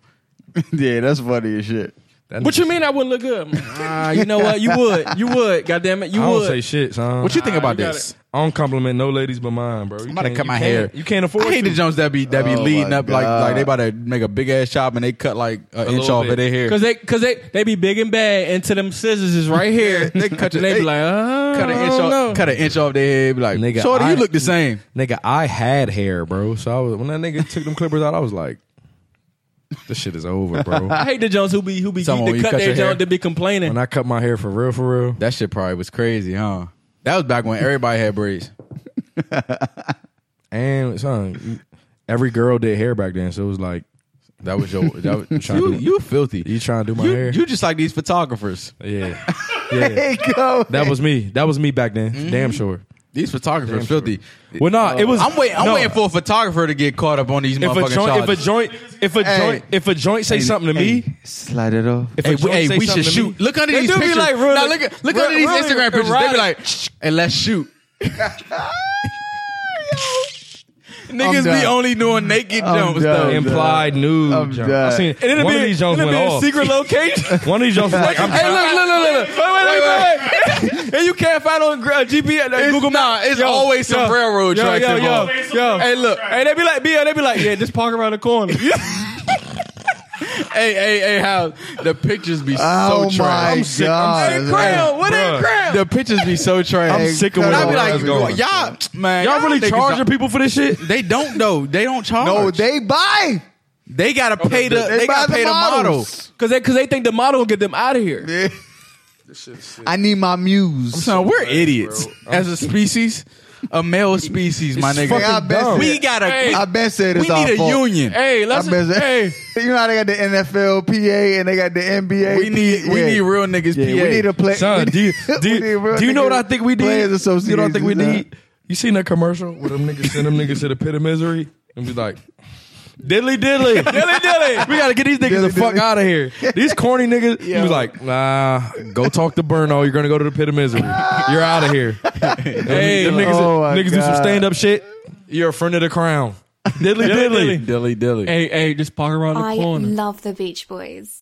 yeah, that's funny as shit.
That
What
nigga-
you mean I wouldn't look
[laughs]
good?
Ah, you
You know what? You would. You would. God damn it. You
I don't
would.
say shit, son.
What you think about
you
this?
I don't compliment no ladies but mine, bro. You
I'm about to
can't-
cut
you
my
can't-
hair.
You can't afford.
I hate
to.
the Jones that be that be
Oh,
leading
my
up like like
God.
they about to make a big ass chop and they cut like an inch
little
off
bit.
of
[laughs]
their hair.
Cause they, cause they, they be big and bad into them scissors is
[laughs]
right here.
They cut your-
And they be
they
like,
"Uh,
oh,
cut an
I
inch
don't know.
off, cut an inch off their head. Be like,
Nigga,
shorty,
I-
you look the same.
Nigga, I had hair, bro. So I was when that nigga took them clippers out, I was like, "This shit is over,
[laughs]
bro."
I hate the Jones who be who be
Someone when
geeked to
you
cut
cut
their
your hair.
Jones to be complaining.
When I cut my hair for real, for real,
That shit probably was crazy, huh? That was back when everybody had braids.
and son, every girl did hair back then, so it was like,
That was your. That was,
Trying to
you,
do-
you filthy.
"You trying to do my
You,
hair?"
you just like these photographers.
yeah,
Hey, go.
that was me. That was me back then, damn sure.
These photographers
sure.
filthy.
Well, nah, it was.
I'm waiting. I'm
no.
waiting for a photographer to get caught up on these
If a
motherfucking
joint, if a
charges.
joint, if a joint, if a joint say something to me,
Slide it off.
if a
Hey, we,
joint
hey,
say
we
something
should
to me-
shoot. Look under
They
these
do be
pictures.
like really-
now look at- look
re-
under these
really
Instagram pictures. They be
erotic.
like, "Shh, and let's shoot. Niggas
done.
be only doing naked
I'm
jumps
done.
though.
uh, implied nude.
I'm
joint.
done.
I seen
And it'll
one
be,
of these joints
it'll
went
be a
off.
secret location.
One of these joints was like, [laughs] I'm
hey, look, look, look, look, look. Wait, wait, wait, wait. [laughs] And you can't find on Gr- uh, GPS, uh, Google Maps.
Nah, it's
Yo,
always some
yo,
railroad
yo,
tracks
yo, yo,
involved.
yo.
Hey, look.
Hey, they be like, yeah, they be like, yeah, just park around the corner.
Hey, hey, hey, how the pictures be
Oh
so
my
trash.
God.
sick.
Crown, what
Bruh.
ain't crown?
The pictures be so trash.
I'm sick of
And
where
I
all
be
that's going.
like, y'all, man,
Y'all really
niggas
charging
don't-
people for this shit?
They don't though. They don't charge.
No, they buy.
they gotta pay the.
They
They,
buy
gotta
the
pay the model.
models.
Cause they, cause they think the model will get them out of here.
I need my muse.
Son, we're idiots as a species, a male species, my nigga.
fucking Nigga, I bet dumb.
We gotta.
Hey,
we-
I've been saying
we
it's our
need a
fault.
union.
Hey,
I've
let's
been
hey.
saying, you know how they got the NFL PA and they got the NBA.
we need. We
Yeah.
need real niggas.
Yeah,
PA.
we need a play. we
Son,
need-
do you, do
we need
you,
real
do you know what
niggas
I think we need?
Players Association.
You know what I think we need? You seen that commercial where them niggas send them niggas to the pit of misery and be like, [laughs] diddly
[laughs]
diddly. diddly diddly. We got to get these niggas
Diddly
the fuck
[laughs]
diddly.
out of here. These corny niggas, he was like, nah, go talk to Burno. You're going to go to the pit of misery. You're out of here. hey, them niggas,
Oh my
niggas do some
God.
stand up shit. You're a friend of the crown. Diddly diddly.
dilly dilly.
Hey, hey, just park around the
I
corner.
love the Beach Boys.